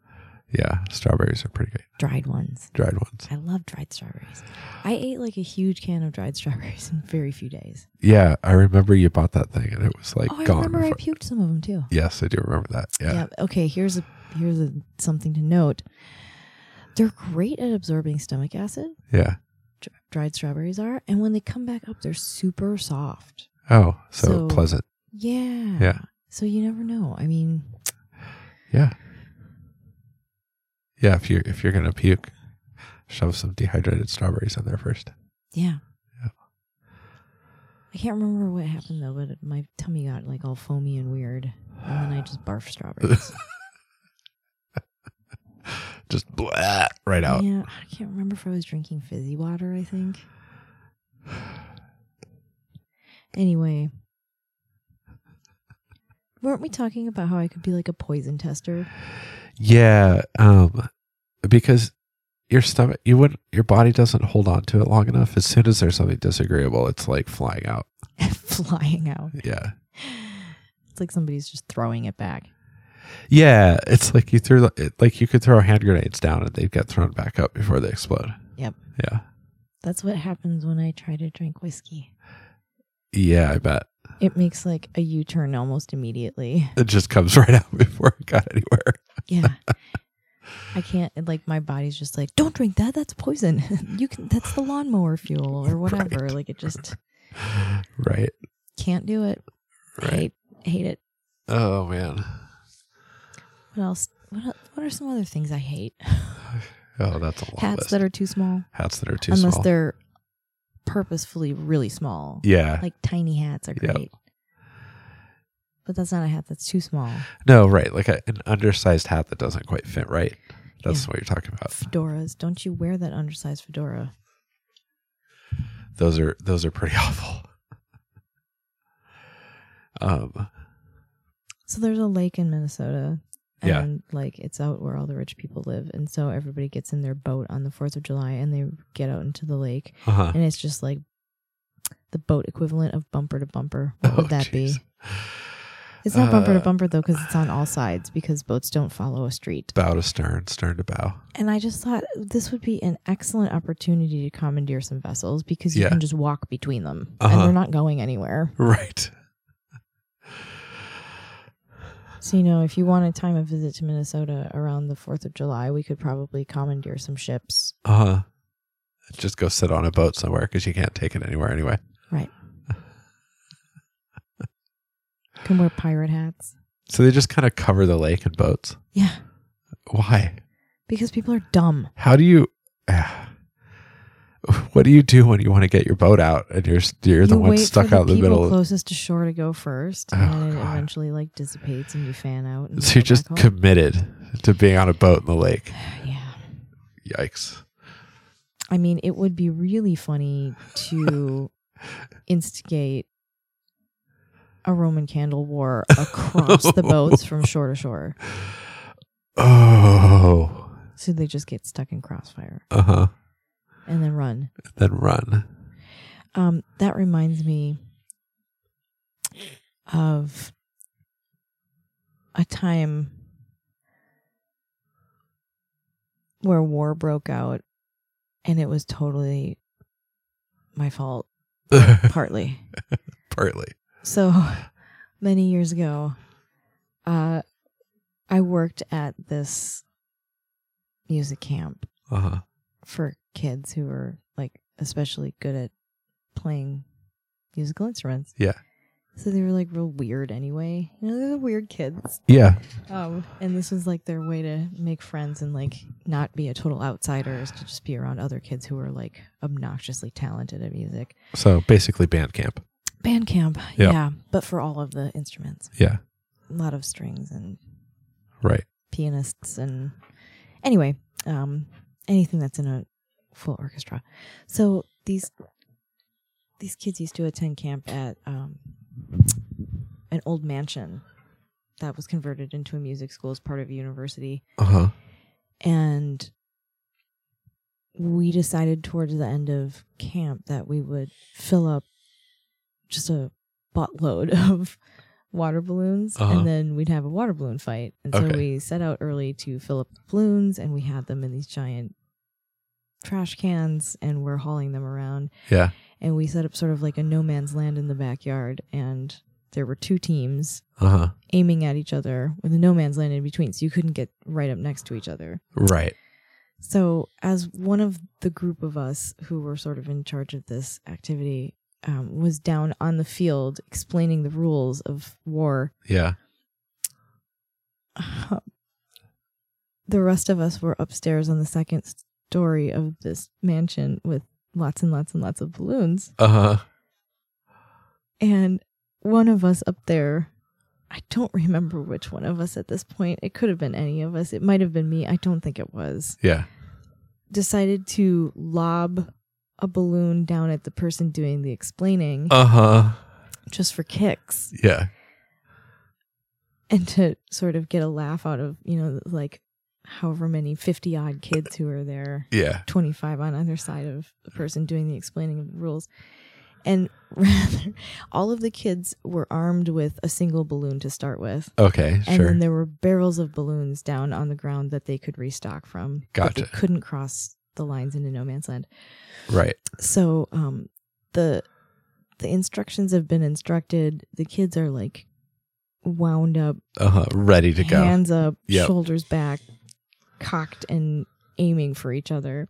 S2: Yeah, strawberries are pretty good.
S3: dried ones.
S2: Dried ones.
S3: I love dried strawberries. I ate like a huge can of dried strawberries in very few days.
S2: Yeah, I remember you bought that thing and it was like
S3: oh, I
S2: gone.
S3: remember I
S2: before-
S3: puked some of them too.
S2: yes, I do remember that. Yeah.
S3: Yeah. Okay. Here's a here's a something to note. They're great at absorbing stomach acid.
S2: Yeah.
S3: dr- Dried strawberries are, and when they come back up, they're super soft.
S2: Oh, so,
S3: So-
S2: pleasant.
S3: Yeah.
S2: Yeah.
S3: So you never know. I mean,
S2: Yeah. Yeah, if you if you're gonna puke, shove some dehydrated strawberries in there first.
S3: yeah.
S2: Yeah.
S3: I can't remember what happened though, but my tummy got like all foamy and weird, and then I just barfed strawberries.
S2: Just blah right out.
S3: Yeah, I can't remember if I was drinking fizzy water, I think. Anyway, weren't we talking about how I could be like a poison tester?
S2: Yeah, um, because your stomach, you would, your body doesn't hold on to it long enough. As soon as there's something disagreeable, it's like flying out.
S3: Flying out.
S2: Yeah,
S3: It's like somebody's just throwing it back.
S2: yeah, it's like you threw, it- like you could throw hand grenades down and they'd get thrown back up before they explode.
S3: Yep.
S2: Yeah,
S3: That's what happens when I try to drink whiskey.
S2: yeah, I bet
S3: It makes like a U turn almost immediately.
S2: it just comes right out before it got anywhere.
S3: Yeah. I can't it, like my body's just like, don't drink that, that's poison. you can that's the lawnmower fuel or whatever.
S2: Right.
S3: Like it just
S2: Right,
S3: can't do it. I
S2: right.
S3: hate, I hate it.
S2: Oh man.
S3: What else? What el- What are some other things I hate?
S2: Oh, that's a long
S3: Hats
S2: list.
S3: that are too small,
S2: Hats that are too
S3: unless
S2: small.
S3: they're purposefully really small.
S2: yeah.
S3: Like tiny hats are
S2: Yep.
S3: great, but that's not a hat that's too small.
S2: no, right. Like a, an undersized hat that doesn't quite fit right. That's
S3: Yeah.
S2: what you're talking about.
S3: Fedoras, don't you wear that undersized fedora?
S2: those are those are pretty awful. Um,
S3: So there's a lake in Minnesota.
S2: Yeah.
S3: And like it's out where all the rich people live. And so everybody gets in their boat on the 4th of July and they get out into the lake.
S2: uh-huh.
S3: And it's just like the boat equivalent of bumper to bumper. What would
S2: Oh,
S3: that be?
S2: jeez.
S3: It's not bumper to
S2: Uh,
S3: bumper though, because it's on all sides because boats don't follow a street.
S2: Bow to stern, stern to bow.
S3: And I just thought this would be an excellent opportunity to commandeer some vessels because you
S2: Yeah.
S3: can just walk between them and
S2: Uh-huh.
S3: they're not going anywhere.
S2: Right.
S3: So, you know, if you want to time a visit to Minnesota around the 4th of July, we could probably commandeer some ships.
S2: Uh huh. Just go sit on a boat somewhere because you can't take it anywhere anyway.
S3: Can wear pirate hats.
S2: So they just kind of cover the lake in boats.
S3: Yeah.
S2: Why?
S3: Because people are dumb.
S2: How do you? ah. what do you do when you want to get your boat out and you're s- you're the
S3: You
S2: one
S3: wait
S2: stuck
S3: for
S2: out in the
S3: people
S2: middle? of
S3: closest to shore to go first.
S2: Oh,
S3: and then it
S2: God.
S3: eventually like dissipates and you fan out. And
S2: so you're
S3: go
S2: just
S3: back home.
S2: committed to being on a boat in the lake.
S3: yeah.
S2: Yikes!
S3: I mean, it would be really funny to instigate a Roman candle war across the boats from shore to shore.
S2: Oh.
S3: So they just get stuck in crossfire
S2: Uh huh.
S3: and then run.
S2: Then run.
S3: Um, that reminds me of a time where war broke out and it was totally my fault, partly.
S2: Partly.
S3: So many years ago, uh, I worked at this music camp
S2: Uh huh.
S3: for kids who were like especially good at playing musical instruments.
S2: Yeah.
S3: So they were like real weird anyway. You know, they're the weird kids.
S2: Yeah.
S3: Um, and this was like their way to make friends and like not be a total outsider is to just be around other kids who are like obnoxiously talented at music.
S2: So basically, band camp.
S3: Band camp,
S2: Yeah.
S3: yeah, but for all of the instruments.
S2: Yeah.
S3: A lot of strings and
S2: Right.
S3: pianists and anyway, um, anything that's in a full orchestra. So these these kids used to attend camp at um, an old mansion that was converted into a music school as part of a university,
S2: Uh huh.
S3: and we decided towards the end of camp that we would fill up just a buttload of water balloons
S2: Uh-huh.
S3: and then we'd have a water balloon fight. And so
S2: Okay.
S3: we set out early to fill up the balloons and we had them in these giant trash cans and we're hauling them around.
S2: Yeah.
S3: And we set up sort of like a no man's land in the backyard and there were two teams
S2: Uh huh.
S3: aiming at each other with a no man's land in between. So you couldn't get right up next to each other.
S2: Right.
S3: So, as one of the group of us who were sort of in charge of this activity um, was down on the field explaining the rules of war,
S2: Yeah.
S3: the rest of us were upstairs on the second story of this mansion with lots and lots and lots of balloons.
S2: Uh huh.
S3: And one of us up there, I don't remember which one of us at this point, it could have been any of us, it might have been me, I don't think it was.
S2: Yeah.
S3: decided to lob a balloon down at the person doing the explaining
S2: Uh huh.
S3: just for kicks
S2: Yeah.
S3: and to sort of get a laugh out of, you know, like however many 50 odd kids who are there,
S2: Yeah.
S3: 25 on either side of the person doing the explaining of the rules. And rather, all of the kids were armed with a single balloon to start with.
S2: Okay.
S3: And
S2: sure.
S3: then there were barrels of balloons down on the ground that they could restock from. but
S2: Gotcha.
S3: They couldn't cross the lines into no man's land.
S2: right.
S3: so um the the instructions have been instructed the kids are like wound up
S2: Uh huh. Ready to go.
S3: hands up
S2: Yep.
S3: shoulders back cocked and aiming for each other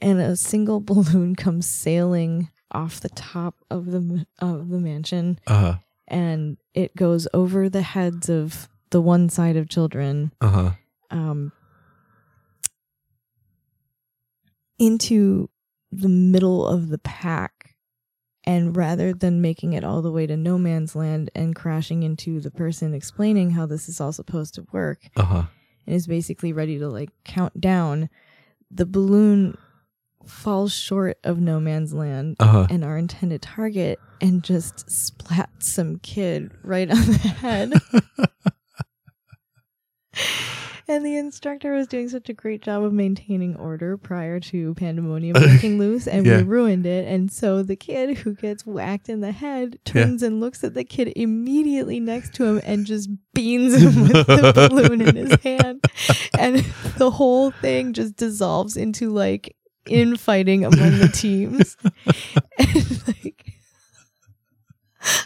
S3: and a single balloon comes sailing off the top of the of the mansion
S2: Uh huh.
S3: and it goes over the heads of the one side of children
S2: Uh huh.
S3: um, into the middle of the pack. And rather than making it all the way to no man's land and crashing into the person explaining how this is all supposed to work
S2: Uh huh.
S3: and is basically ready to like count down, the balloon falls short of no man's land
S2: Uh huh.
S3: and our intended target and just splats some kid right on the head. and the instructor was doing such a great job of maintaining order prior to pandemonium breaking loose, and
S2: Yeah.
S3: we ruined it. And so the kid who gets whacked in the head turns and looks at the kid immediately next to him and just beans him with the balloon in his hand. And the whole thing just dissolves into like infighting among the teams. and like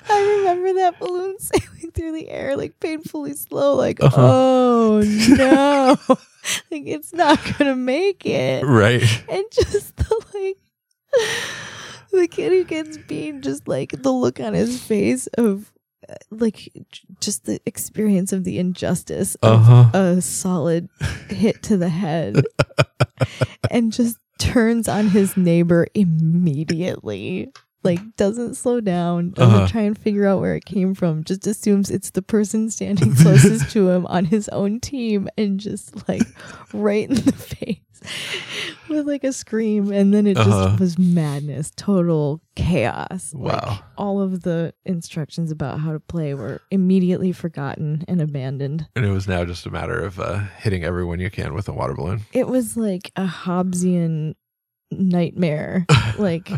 S3: I remember that balloon sailing through the air like painfully slow, like
S2: Uh-huh.
S3: oh no. like it's not gonna make it.
S2: Right.
S3: And just the like the kid who gets beamed, just like the look on his face of uh, like j- just the experience of the injustice
S2: Uh
S3: of
S2: huh.
S3: a solid hit to the head and just turns on his neighbor immediately. Like doesn't slow down, doesn't
S2: Uh-huh.
S3: try and figure out where it came from, just assumes it's the person standing closest to him on his own team and just like right in the face with like a scream and then it
S2: Uh-huh.
S3: just was madness, total chaos. Like,
S2: Wow.
S3: all of the instructions about how to play were immediately forgotten and abandoned.
S2: And it was now just a matter of uh, hitting everyone you can with a water balloon.
S3: it was like a Hobbesian nightmare, like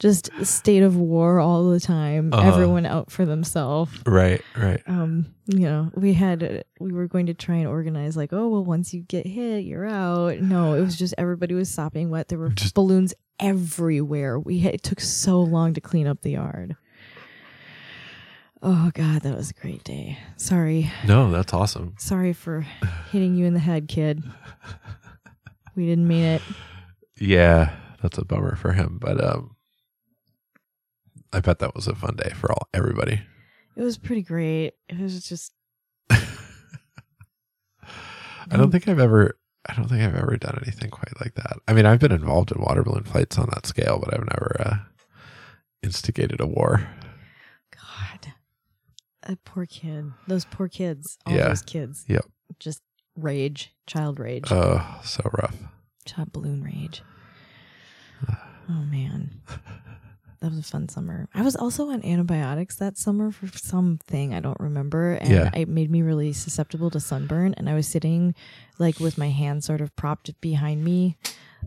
S3: just state of war all the time,
S2: Uh-huh.
S3: everyone out for themselves.
S2: Right. Right.
S3: Um, you know, we had we were going to try and organize like, oh well, once you get hit, you're out. No, it was just everybody was sopping wet. There were
S2: Just-
S3: balloons everywhere. We had, it took so long to clean up the yard. Oh God, that was a great day. Sorry,
S2: No, that's awesome.
S3: sorry for hitting you in the head, kid. We didn't mean it.
S2: Yeah, that's a bummer for him, but um, I bet that was a fun day for all everybody.
S3: It was pretty great. It was just
S2: I don't think I've ever. I don't think I've ever done anything quite like that. I mean, I've been involved in water balloon fights on that scale, but I've never uh, instigated a war.
S3: God. That poor kid. Those poor kids. All
S2: Yeah.
S3: those kids.
S2: Yep.
S3: Just rage. Child rage.
S2: Oh, so rough.
S3: Child balloon rage. Oh man. That was a fun summer. I was also on antibiotics that summer for something I don't remember. And
S2: Yeah.
S3: it made me really susceptible to sunburn. And I was sitting like with my hands sort of propped behind me.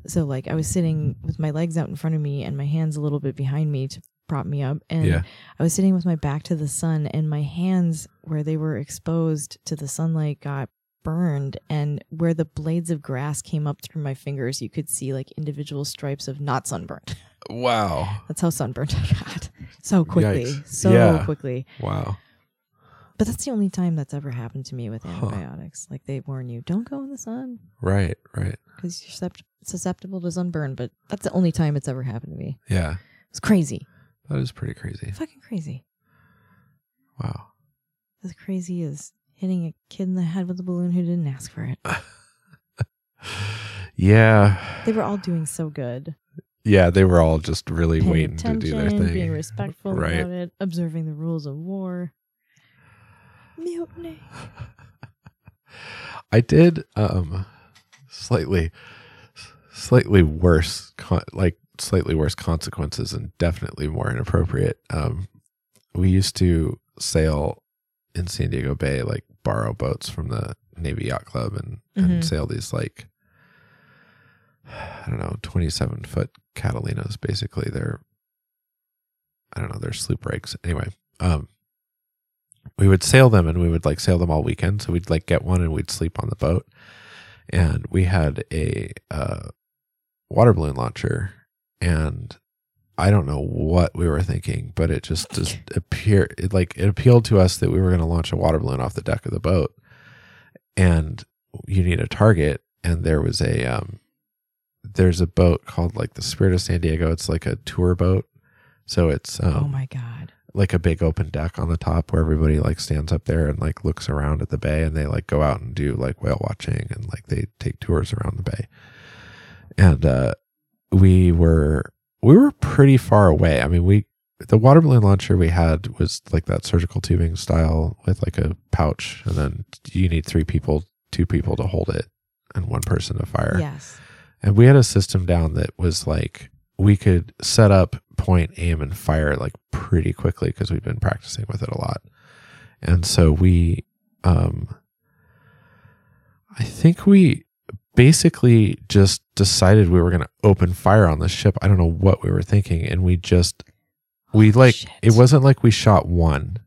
S3: So like I was sitting with my legs out in front of me and my hands a little bit behind me to brought me up and
S2: Yeah.
S3: I was sitting with my back to the sun and my hands where they were exposed to the sunlight got burned and where the blades of grass came up through my fingers you could see like individual stripes of not sunburned.
S2: Wow.
S3: That's how sunburned I got. So quickly.
S2: Yikes.
S3: So
S2: Yeah.
S3: quickly.
S2: Wow.
S3: But that's the only time that's ever happened to me with
S2: Huh.
S3: antibiotics. Like they warn you, don't go in the sun
S2: Right. Right.
S3: because you're suscept- susceptible to sunburn. But that's the only time it's ever happened to me.
S2: Yeah.
S3: It's crazy,
S2: That is pretty crazy.
S3: fucking crazy.
S2: Wow.
S3: As crazy as hitting a kid in the head with a balloon who didn't ask for it.
S2: Yeah.
S3: They were all doing so good,
S2: Yeah, they were all just really
S3: paying
S2: waiting to do their
S3: attention,
S2: thing.
S3: being respectful
S2: Right.
S3: about it, observing the rules of war. Mutiny.
S2: I did um slightly slightly worse con- like slightly worse consequences and definitely more inappropriate. Um we used to sail in San Diego Bay like borrow boats from the Navy Yacht Club and
S3: Mhm.
S2: and sail these like I don't know, 27 foot Catalinas basically. They're I don't know, they're sloop rakes. Anyway, um we would sail them and we would like sail them all weekend. So we'd like get one and we'd sleep on the boat. And we had a uh, water balloon launcher. And I don't know what we were thinking, but it just, just appeared it like it appealed to us that we were going to launch a water balloon off the deck of the boat. And you need a target. And there was a, um, there's a boat called like the Spirit of San Diego. It's like a tour boat. So it's, um,
S3: oh my god.
S2: like a big open deck on the top where everybody like stands up there and like looks around at the bay and they like go out and do like whale watching and like they take tours around the bay. And uh we were we were pretty far away. I mean, we the water balloon launcher we had was like that surgical tubing style with like a pouch and then you need three people, two people to hold it and one person to fire.
S3: Yes.
S2: And we had a system down that was like we could set up, point, aim, and fire like pretty quickly because we've been practicing with it a lot. And so we, um, I think we basically just decided we were going to open fire on the ship. I don't know what we were thinking. And we just, we
S3: Holy
S2: like,
S3: shit.
S2: it wasn't like we shot one.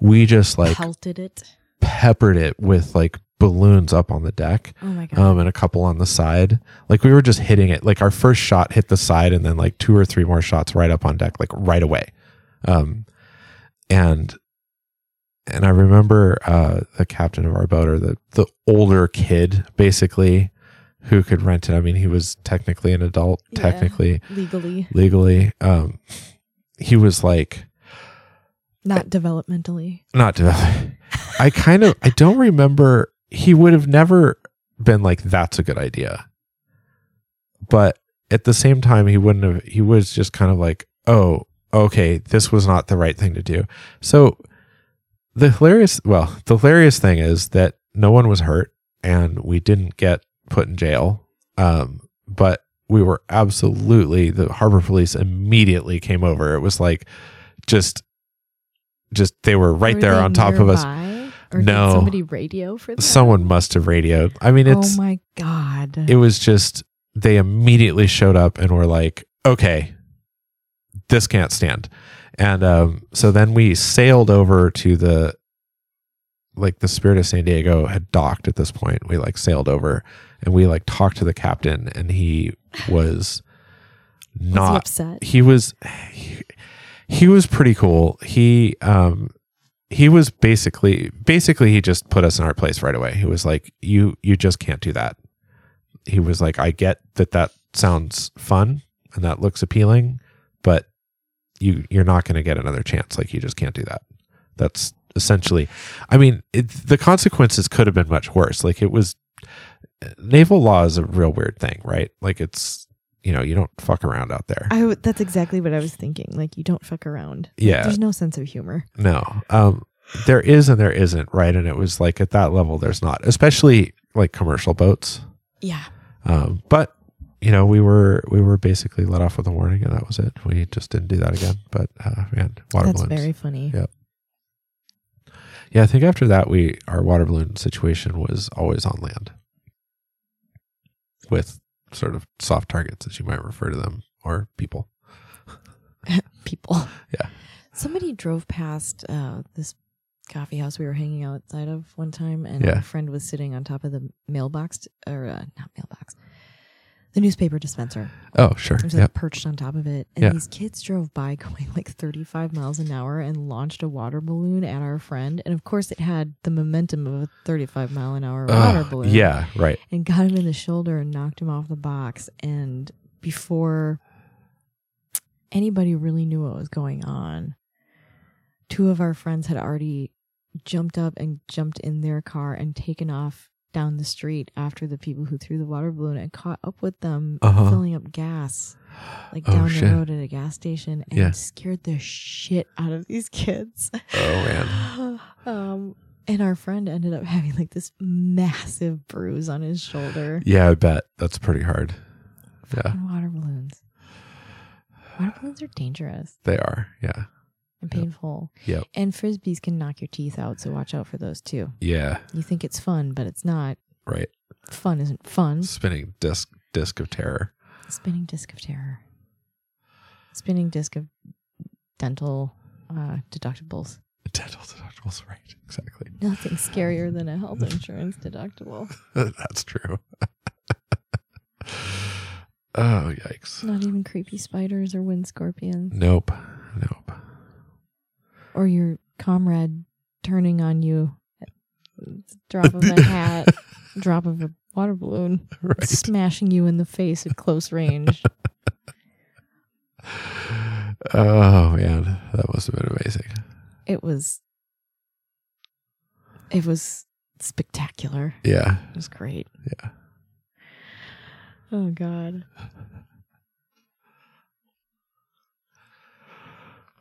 S2: We just like
S3: pelted it.
S2: peppered it with like balloons up on the deck
S3: Oh my god.
S2: um, and a couple on the side. Like we were just hitting it. Like our first shot hit the side, and then like two or three more shots right up on deck, like right away. Um, and and I remember uh, the captain of our boat, or the the older kid, basically, who could rent it. I mean, he was technically an adult,
S3: Yeah.
S2: technically
S3: Legally,
S2: legally. Um, he was like
S3: not developmentally.
S2: not develop. I kind of I don't remember he would have never been like that's a good idea. But at the same time he wouldn't have he was just kind of like, "Oh, okay, this was not the right thing to do." So the hilarious well, the hilarious thing is that no one was hurt and we didn't get put in jail. Um but we were absolutely the harbor police immediately came over. It was like just just they were right
S3: Were
S2: there
S3: they
S2: on top of us.
S3: nearby? Or did
S2: No.
S3: somebody radio for that?
S2: Someone must have radioed. I mean,
S3: Oh
S2: it's
S3: my god.
S2: it was just they immediately showed up and were like, "Okay, this can't stand." And um, so then we sailed over to the like the Spirit of San Diego had docked at this point. We like sailed over and we like talked to the captain, and he was
S3: Was he
S2: not
S3: upset.
S2: he was he, he was pretty cool. He um he was basically basically he just put us in our place right away. He was like, "You you just can't do that." He was like, "I get that that sounds fun and that looks appealing, but you you're not going to get another chance. Like you just can't do that." That's essentially I mean, it, the consequences could have been much worse. Like it was naval law is a real weird thing, right? Like it's you know, you don't fuck around out there.
S3: I w- that's exactly what I was thinking. Like you don't fuck around.
S2: yeah.
S3: There's no sense of humor.
S2: No. Um there is and there isn't, right? And it was like at that level there's not, especially like commercial boats.
S3: Yeah.
S2: Um but you know, we were we were basically let off with a warning and that was it. We just didn't do that again. But uh man, water
S3: that's
S2: balloons.
S3: very funny.
S2: Yeah. yeah, I think after that we our water balloon situation was always on land. With sort of soft targets as you might refer to them or people.
S3: people.
S2: Yeah.
S3: Somebody drove past uh, this coffee house we were hanging outside of one time, and
S2: Yeah.
S3: our friend was sitting on top of the mailbox, t- or uh, not mailbox, the newspaper dispenser.
S2: Oh, sure.
S3: It was like
S2: Yep.
S3: perched on top of it. And
S2: Yeah.
S3: these kids drove by going like 35 miles an hour and launched a water balloon at our friend. And of course, it had the momentum of a 35 mile an hour water
S2: Ugh,
S3: balloon
S2: yeah, right.
S3: and got him in the shoulder and knocked him off the box. And before anybody really knew what was going on, two of our friends had already jumped up and jumped in their car and taken off down the street after the people who threw the water balloon and caught up with them
S2: Uh-huh.
S3: filling up gas like
S2: Oh,
S3: down the
S2: shit.
S3: road at a gas station and
S2: Yeah.
S3: scared the shit out of these kids.
S2: Oh, man.
S3: Um, and our friend ended up having like this massive bruise on his shoulder.
S2: Yeah, I bet. That's pretty hard. Yeah,
S3: And water balloons. Water balloons are dangerous
S2: they are. Yeah.
S3: and
S2: Yep.
S3: painful.
S2: Yep.
S3: And frisbees can knock your teeth out, so watch out for those too.
S2: Yeah,
S3: You think it's fun, but it's not.
S2: right.
S3: Fun isn't fun.
S2: Spinning disc disc of terror.
S3: Spinning disc of terror. Spinning disc of dental uh, deductibles.
S2: Dental deductibles, right. Exactly.
S3: Nothing scarier than a health insurance deductible.
S2: That's true. oh, yikes.
S3: Not even creepy spiders or wind scorpions.
S2: Nope. Nope.
S3: or your comrade turning on you drop of a hat drop of a water balloon
S2: Right.
S3: smashing you in the face at close range
S2: Oh man, that must have been amazing.
S3: it was it was spectacular
S2: Yeah.
S3: it was great
S2: Yeah.
S3: oh god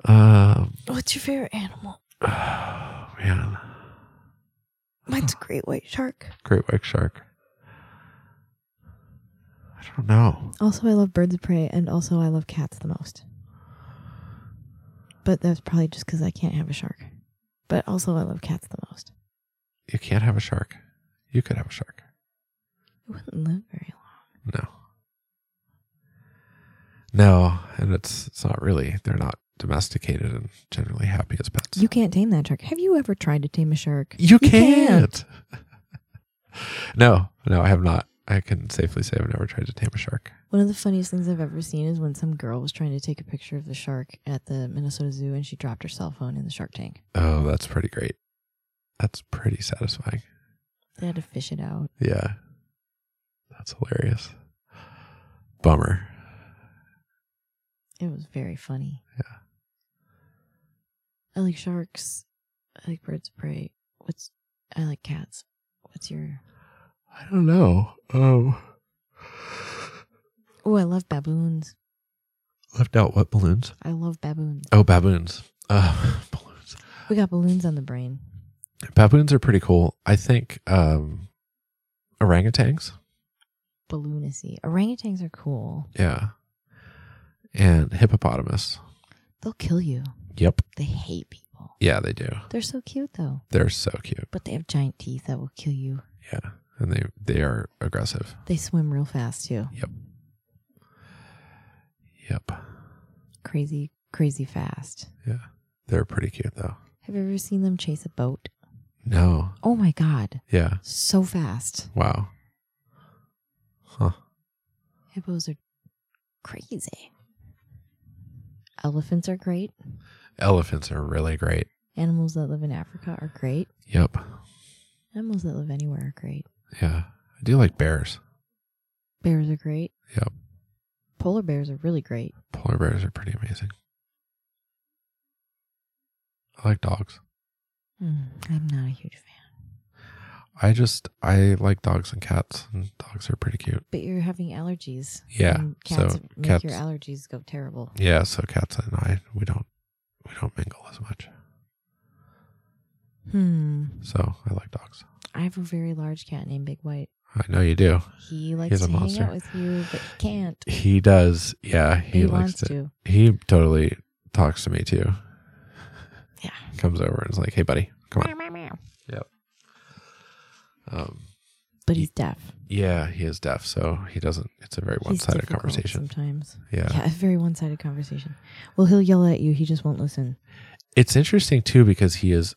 S2: Um
S3: what's your favorite animal
S2: oh, man.
S3: mine's a great white shark
S2: Great white shark. I don't know.
S3: also i love birds of prey and also i love cats the most but that's probably just because i can't have a shark but also i love cats the most
S2: You can't have a shark. You could have a shark.
S3: it wouldn't live very long
S2: No. No, and it's it's not really they're not domesticated and generally happy as pets.
S3: You can't tame that shark. Have you ever tried to tame a shark?
S2: You
S3: can't.
S2: can't. no, no, I have not. I can safely say I've never tried to tame a shark.
S3: One of the funniest things I've ever seen is when some girl was trying to take a picture of the shark at the Minnesota Zoo and she dropped her cell phone in the shark tank.
S2: Oh, that's pretty great. That's pretty satisfying.
S3: They had to fish it out.
S2: Yeah. That's hilarious. Bummer.
S3: It was very funny. Yeah. I like sharks. I like birds of prey. What's I like cats. What's your
S2: I don't know. Oh.
S3: Oh, I love baboons.
S2: Left out what balloons?
S3: I love baboons.
S2: Oh, baboons. Uh, balloons.
S3: We got balloons on the brain.
S2: Baboons are pretty cool. I think um orangutans.
S3: Balloonacy. Orangutans are cool.
S2: Yeah. And hippopotamus.
S3: They'll kill you.
S2: Yep.
S3: They hate people.
S2: Yeah, they do.
S3: They're so cute though.
S2: They're so cute.
S3: But they have giant teeth that will kill you.
S2: Yeah. And they they are aggressive.
S3: They swim real fast too.
S2: Yep.
S3: Crazy, crazy fast.
S2: They're pretty cute though.
S3: Have you ever seen them chase a boat?
S2: No.
S3: Oh my God.
S2: Yeah.
S3: So fast.
S2: Wow. Huh.
S3: Hippos are crazy. Elephants are great.
S2: Elephants are really great.
S3: Animals that live in Africa are great.
S2: Yep.
S3: Animals that live anywhere are great.
S2: Yeah. I do like bears.
S3: Bears are great.
S2: Yep.
S3: Polar bears are really great.
S2: Polar bears are pretty amazing. I like dogs.
S3: Mm, I'm not a huge fan.
S2: I just I like dogs and cats and dogs are pretty cute.
S3: But you're having allergies.
S2: Yeah.
S3: And cats
S2: so
S3: make
S2: cats
S3: your allergies go terrible.
S2: Yeah, so cats and I we don't we don't mingle as much.
S3: Hmm.
S2: So I like dogs.
S3: I have a very large cat named Big White.
S2: I know you do.
S3: He likes
S2: a
S3: to
S2: monster.
S3: hang out with you, but he can't.
S2: He does. Yeah,
S3: He,
S2: he, likes
S3: wants
S2: to.
S3: to.
S2: He totally talks to me too.
S3: Yeah.
S2: Comes over and is like, "Hey buddy, come on."
S3: Meow, meow, meow.
S2: Um,
S3: but he's deaf.
S2: Yeah, he is deaf, so he doesn't. It's a very
S3: He's
S2: one sided
S3: difficult
S2: conversation.
S3: sometimes.
S2: Yeah.
S3: Yeah, a very one-sided conversation. Well, he'll yell at you. He just won't listen.
S2: It's interesting, too, because he is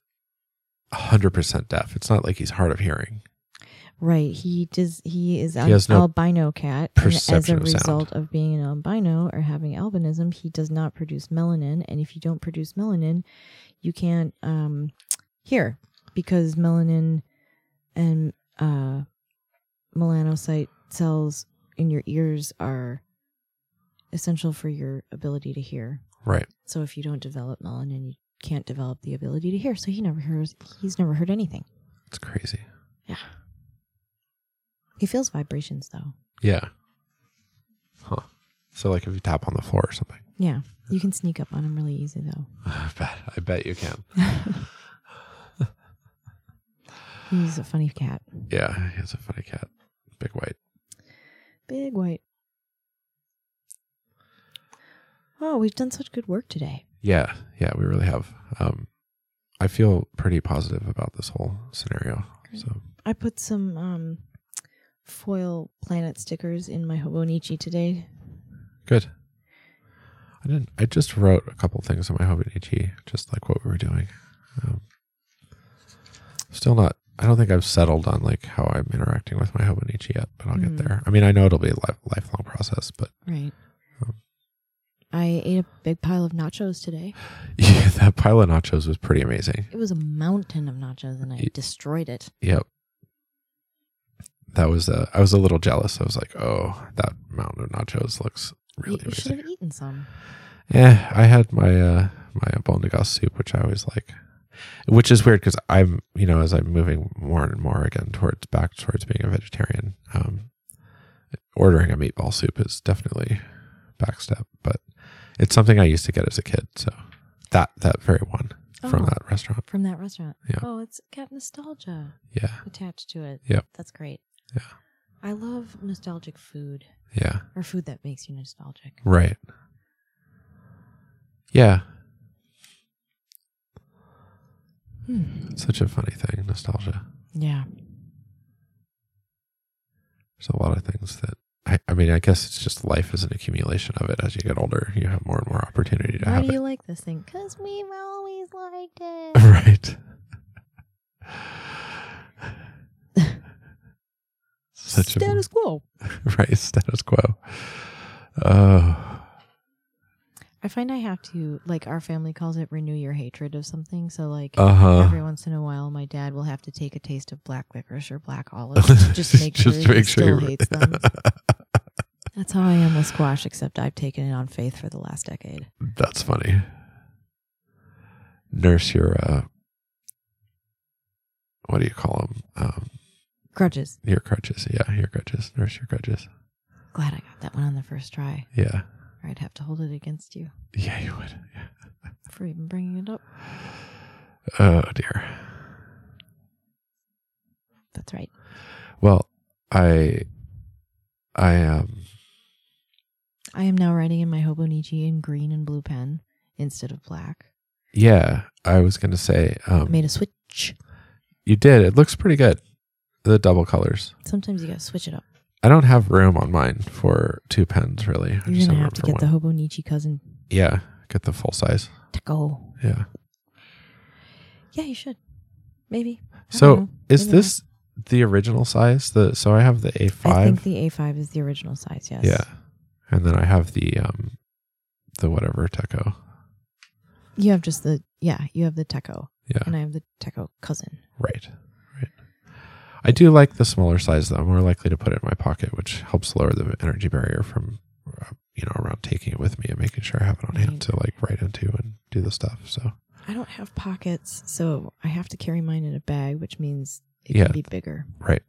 S2: 100% deaf. It's not like he's hard of hearing.
S3: Right. He does. He is an
S2: has no
S3: albino cat. and as
S2: perception
S3: a
S2: of sound.
S3: result of being an albino or having albinism, he does not produce melanin. And if you don't produce melanin, you can't um, hear because melanin and uh, melanocyte cells in your ears are essential for your ability to hear.
S2: Right.
S3: So if you don't develop melanin, you can't develop the ability to hear. So he never hears. He's never heard anything.
S2: It's crazy.
S3: Yeah. He feels vibrations though.
S2: Yeah. Huh. So, like if you tap on the floor or something,
S3: Yeah. You can sneak up on him really easy though.
S2: I bet, I bet you can.
S3: He's a funny cat.
S2: Yeah, he's a funny cat. Big white.
S3: Big white. Oh, we've done such good work today.
S2: Yeah, yeah, we really have. Um, I feel pretty positive about this whole scenario. So
S3: I put some um foil planet stickers in my Hobonichi today.
S2: good. I didn't. I just wrote a couple things on my Hobonichi, just like what we were doing. Um, still not. I don't think I've settled on like how I'm interacting with my Hobonichi yet, but I'll
S3: Mhm.
S2: get there. I mean, I know it'll be a life, lifelong process, but
S3: Right.
S2: Oh.
S3: I ate a big pile of nachos today.
S2: yeah, that pile of nachos was pretty amazing.
S3: It was a mountain of nachos and I
S2: Y-
S3: destroyed it.
S2: Yep. That was uh, I was a little jealous. I was like, "Oh, that mountain of nachos looks
S3: You-
S2: really
S3: you
S2: amazing."
S3: should have eaten some.
S2: Yeah, I had my uh my bondigas soup, which I always like, which is weird because I'm you know as I'm moving more and more again towards back towards being a vegetarian, um, ordering a meatball soup is definitely backstep, but it's something I used to get as a kid. So that that very one
S3: Oh.
S2: from that restaurant,
S3: from that restaurant.
S2: Yeah.
S3: Oh, it's got nostalgia
S2: yeah,
S3: attached to it.
S2: Yep.
S3: That's great.
S2: Yeah.
S3: I love nostalgic food
S2: yeah,
S3: or food that makes you nostalgic.
S2: right, yeah.
S3: Hmm.
S2: Such a funny thing, nostalgia.
S3: Yeah.
S2: There's a lot of things that I, I mean, I guess it's just life is an accumulation of it. As you get older, you have more and more opportunity to
S3: Why
S2: have
S3: do
S2: it.
S3: you like this thing? Because we've always liked it.
S2: right. Such
S3: Status quo.
S2: a right status quo. Oh,
S3: I find I have to, like, our family calls it renew your hatred of something. So, like,
S2: uh huh.
S3: every once in a while, my dad will have to take a taste of black licorice or black olives to just make sure he still hates them. That's how I am with squash, except I've taken it on faith for the last decade.
S2: That's funny. Nurse your uh, what do you call them? Um,
S3: Grudges.
S2: your crutches. Yeah, your crutches. Nurse your crutches.
S3: Glad I got that one on the first try.
S2: Yeah.
S3: Or I'd have to hold it against you
S2: Yeah, you would. Yeah.
S3: for even bringing it up.
S2: Oh dear.
S3: That's right.
S2: Well, I, I um,
S3: I am now writing in my Hobonichi in green and blue pen instead of black.
S2: yeah, I was gonna say,
S3: I
S2: um,
S3: made a switch.
S2: you did. It looks pretty good. The double colors.
S3: Sometimes you gotta switch it up.
S2: I don't have room on mine for two pens, really. I
S3: You're
S2: just
S3: gonna
S2: room
S3: have to
S2: for
S3: get
S2: one.
S3: the Hobonichi cousin
S2: yeah, get the full size.
S3: to go.
S2: Yeah.
S3: Yeah, you should. Maybe. I don't
S2: So
S3: know.
S2: is
S3: Maybe not.
S2: this the original size? The so I have the A
S3: I think
S2: five.
S3: the A5 is the original size. Yes.
S2: Yeah, and then I have the um, the whatever Teco.
S3: You have just the yeah. You have the Teco,
S2: Yeah.
S3: and I have the Teco cousin.
S2: Right. Right. I do like the smaller size though. I'm more likely to put it in my pocket, which helps lower the energy barrier from uh, you know around taking it with me and making sure I have it on
S3: Right.
S2: hand to like write into and do the stuff. So
S3: I don't have pockets, so I have to carry mine in a bag, which means it
S2: Yeah.
S3: can be bigger.
S2: right.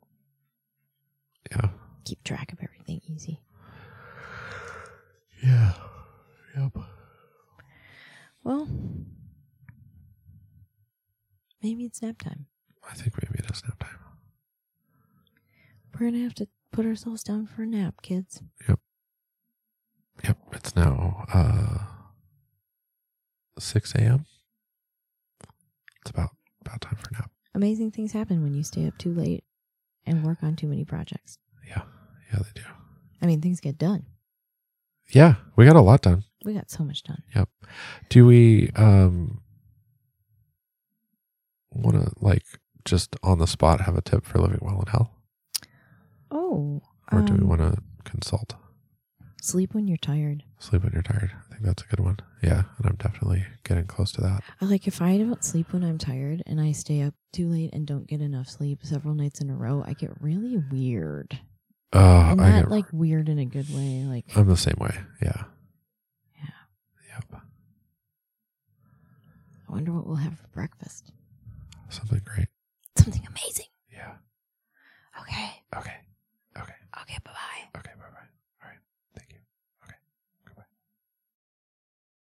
S2: Yeah.
S3: Keep track of everything easy.
S2: Yeah. Yep.
S3: Well, maybe it's nap time.
S2: I think maybe it is nap time.
S3: We're gonna have to put ourselves down for a nap, kids.
S2: Yep. It's now uh six AM. It's about about time for a nap.
S3: Amazing things happen when you stay up too late and work on too many projects.
S2: Yeah. Yeah, they do.
S3: I mean, things get done.
S2: Yeah, we got a lot done.
S3: We got so much done.
S2: Do we um want to like just on the spot have a tip for living well in hell,
S3: Oh.
S2: or do we
S3: um,
S2: want to consult?
S3: sleep when you're tired?
S2: Sleep when you're tired. I think that's a good one. Yeah, and I'm definitely getting close to that.
S3: I Like if I don't sleep when I'm tired and I stay up too late and don't get enough sleep several nights in a row, I get really weird.
S2: Uh,
S3: And
S2: I
S3: not
S2: get, Uh,
S3: like weird in a good way. Like
S2: I'm the same way. Yeah.
S3: Yeah.
S2: Yep.
S3: I wonder what we'll have for breakfast.
S2: Something great.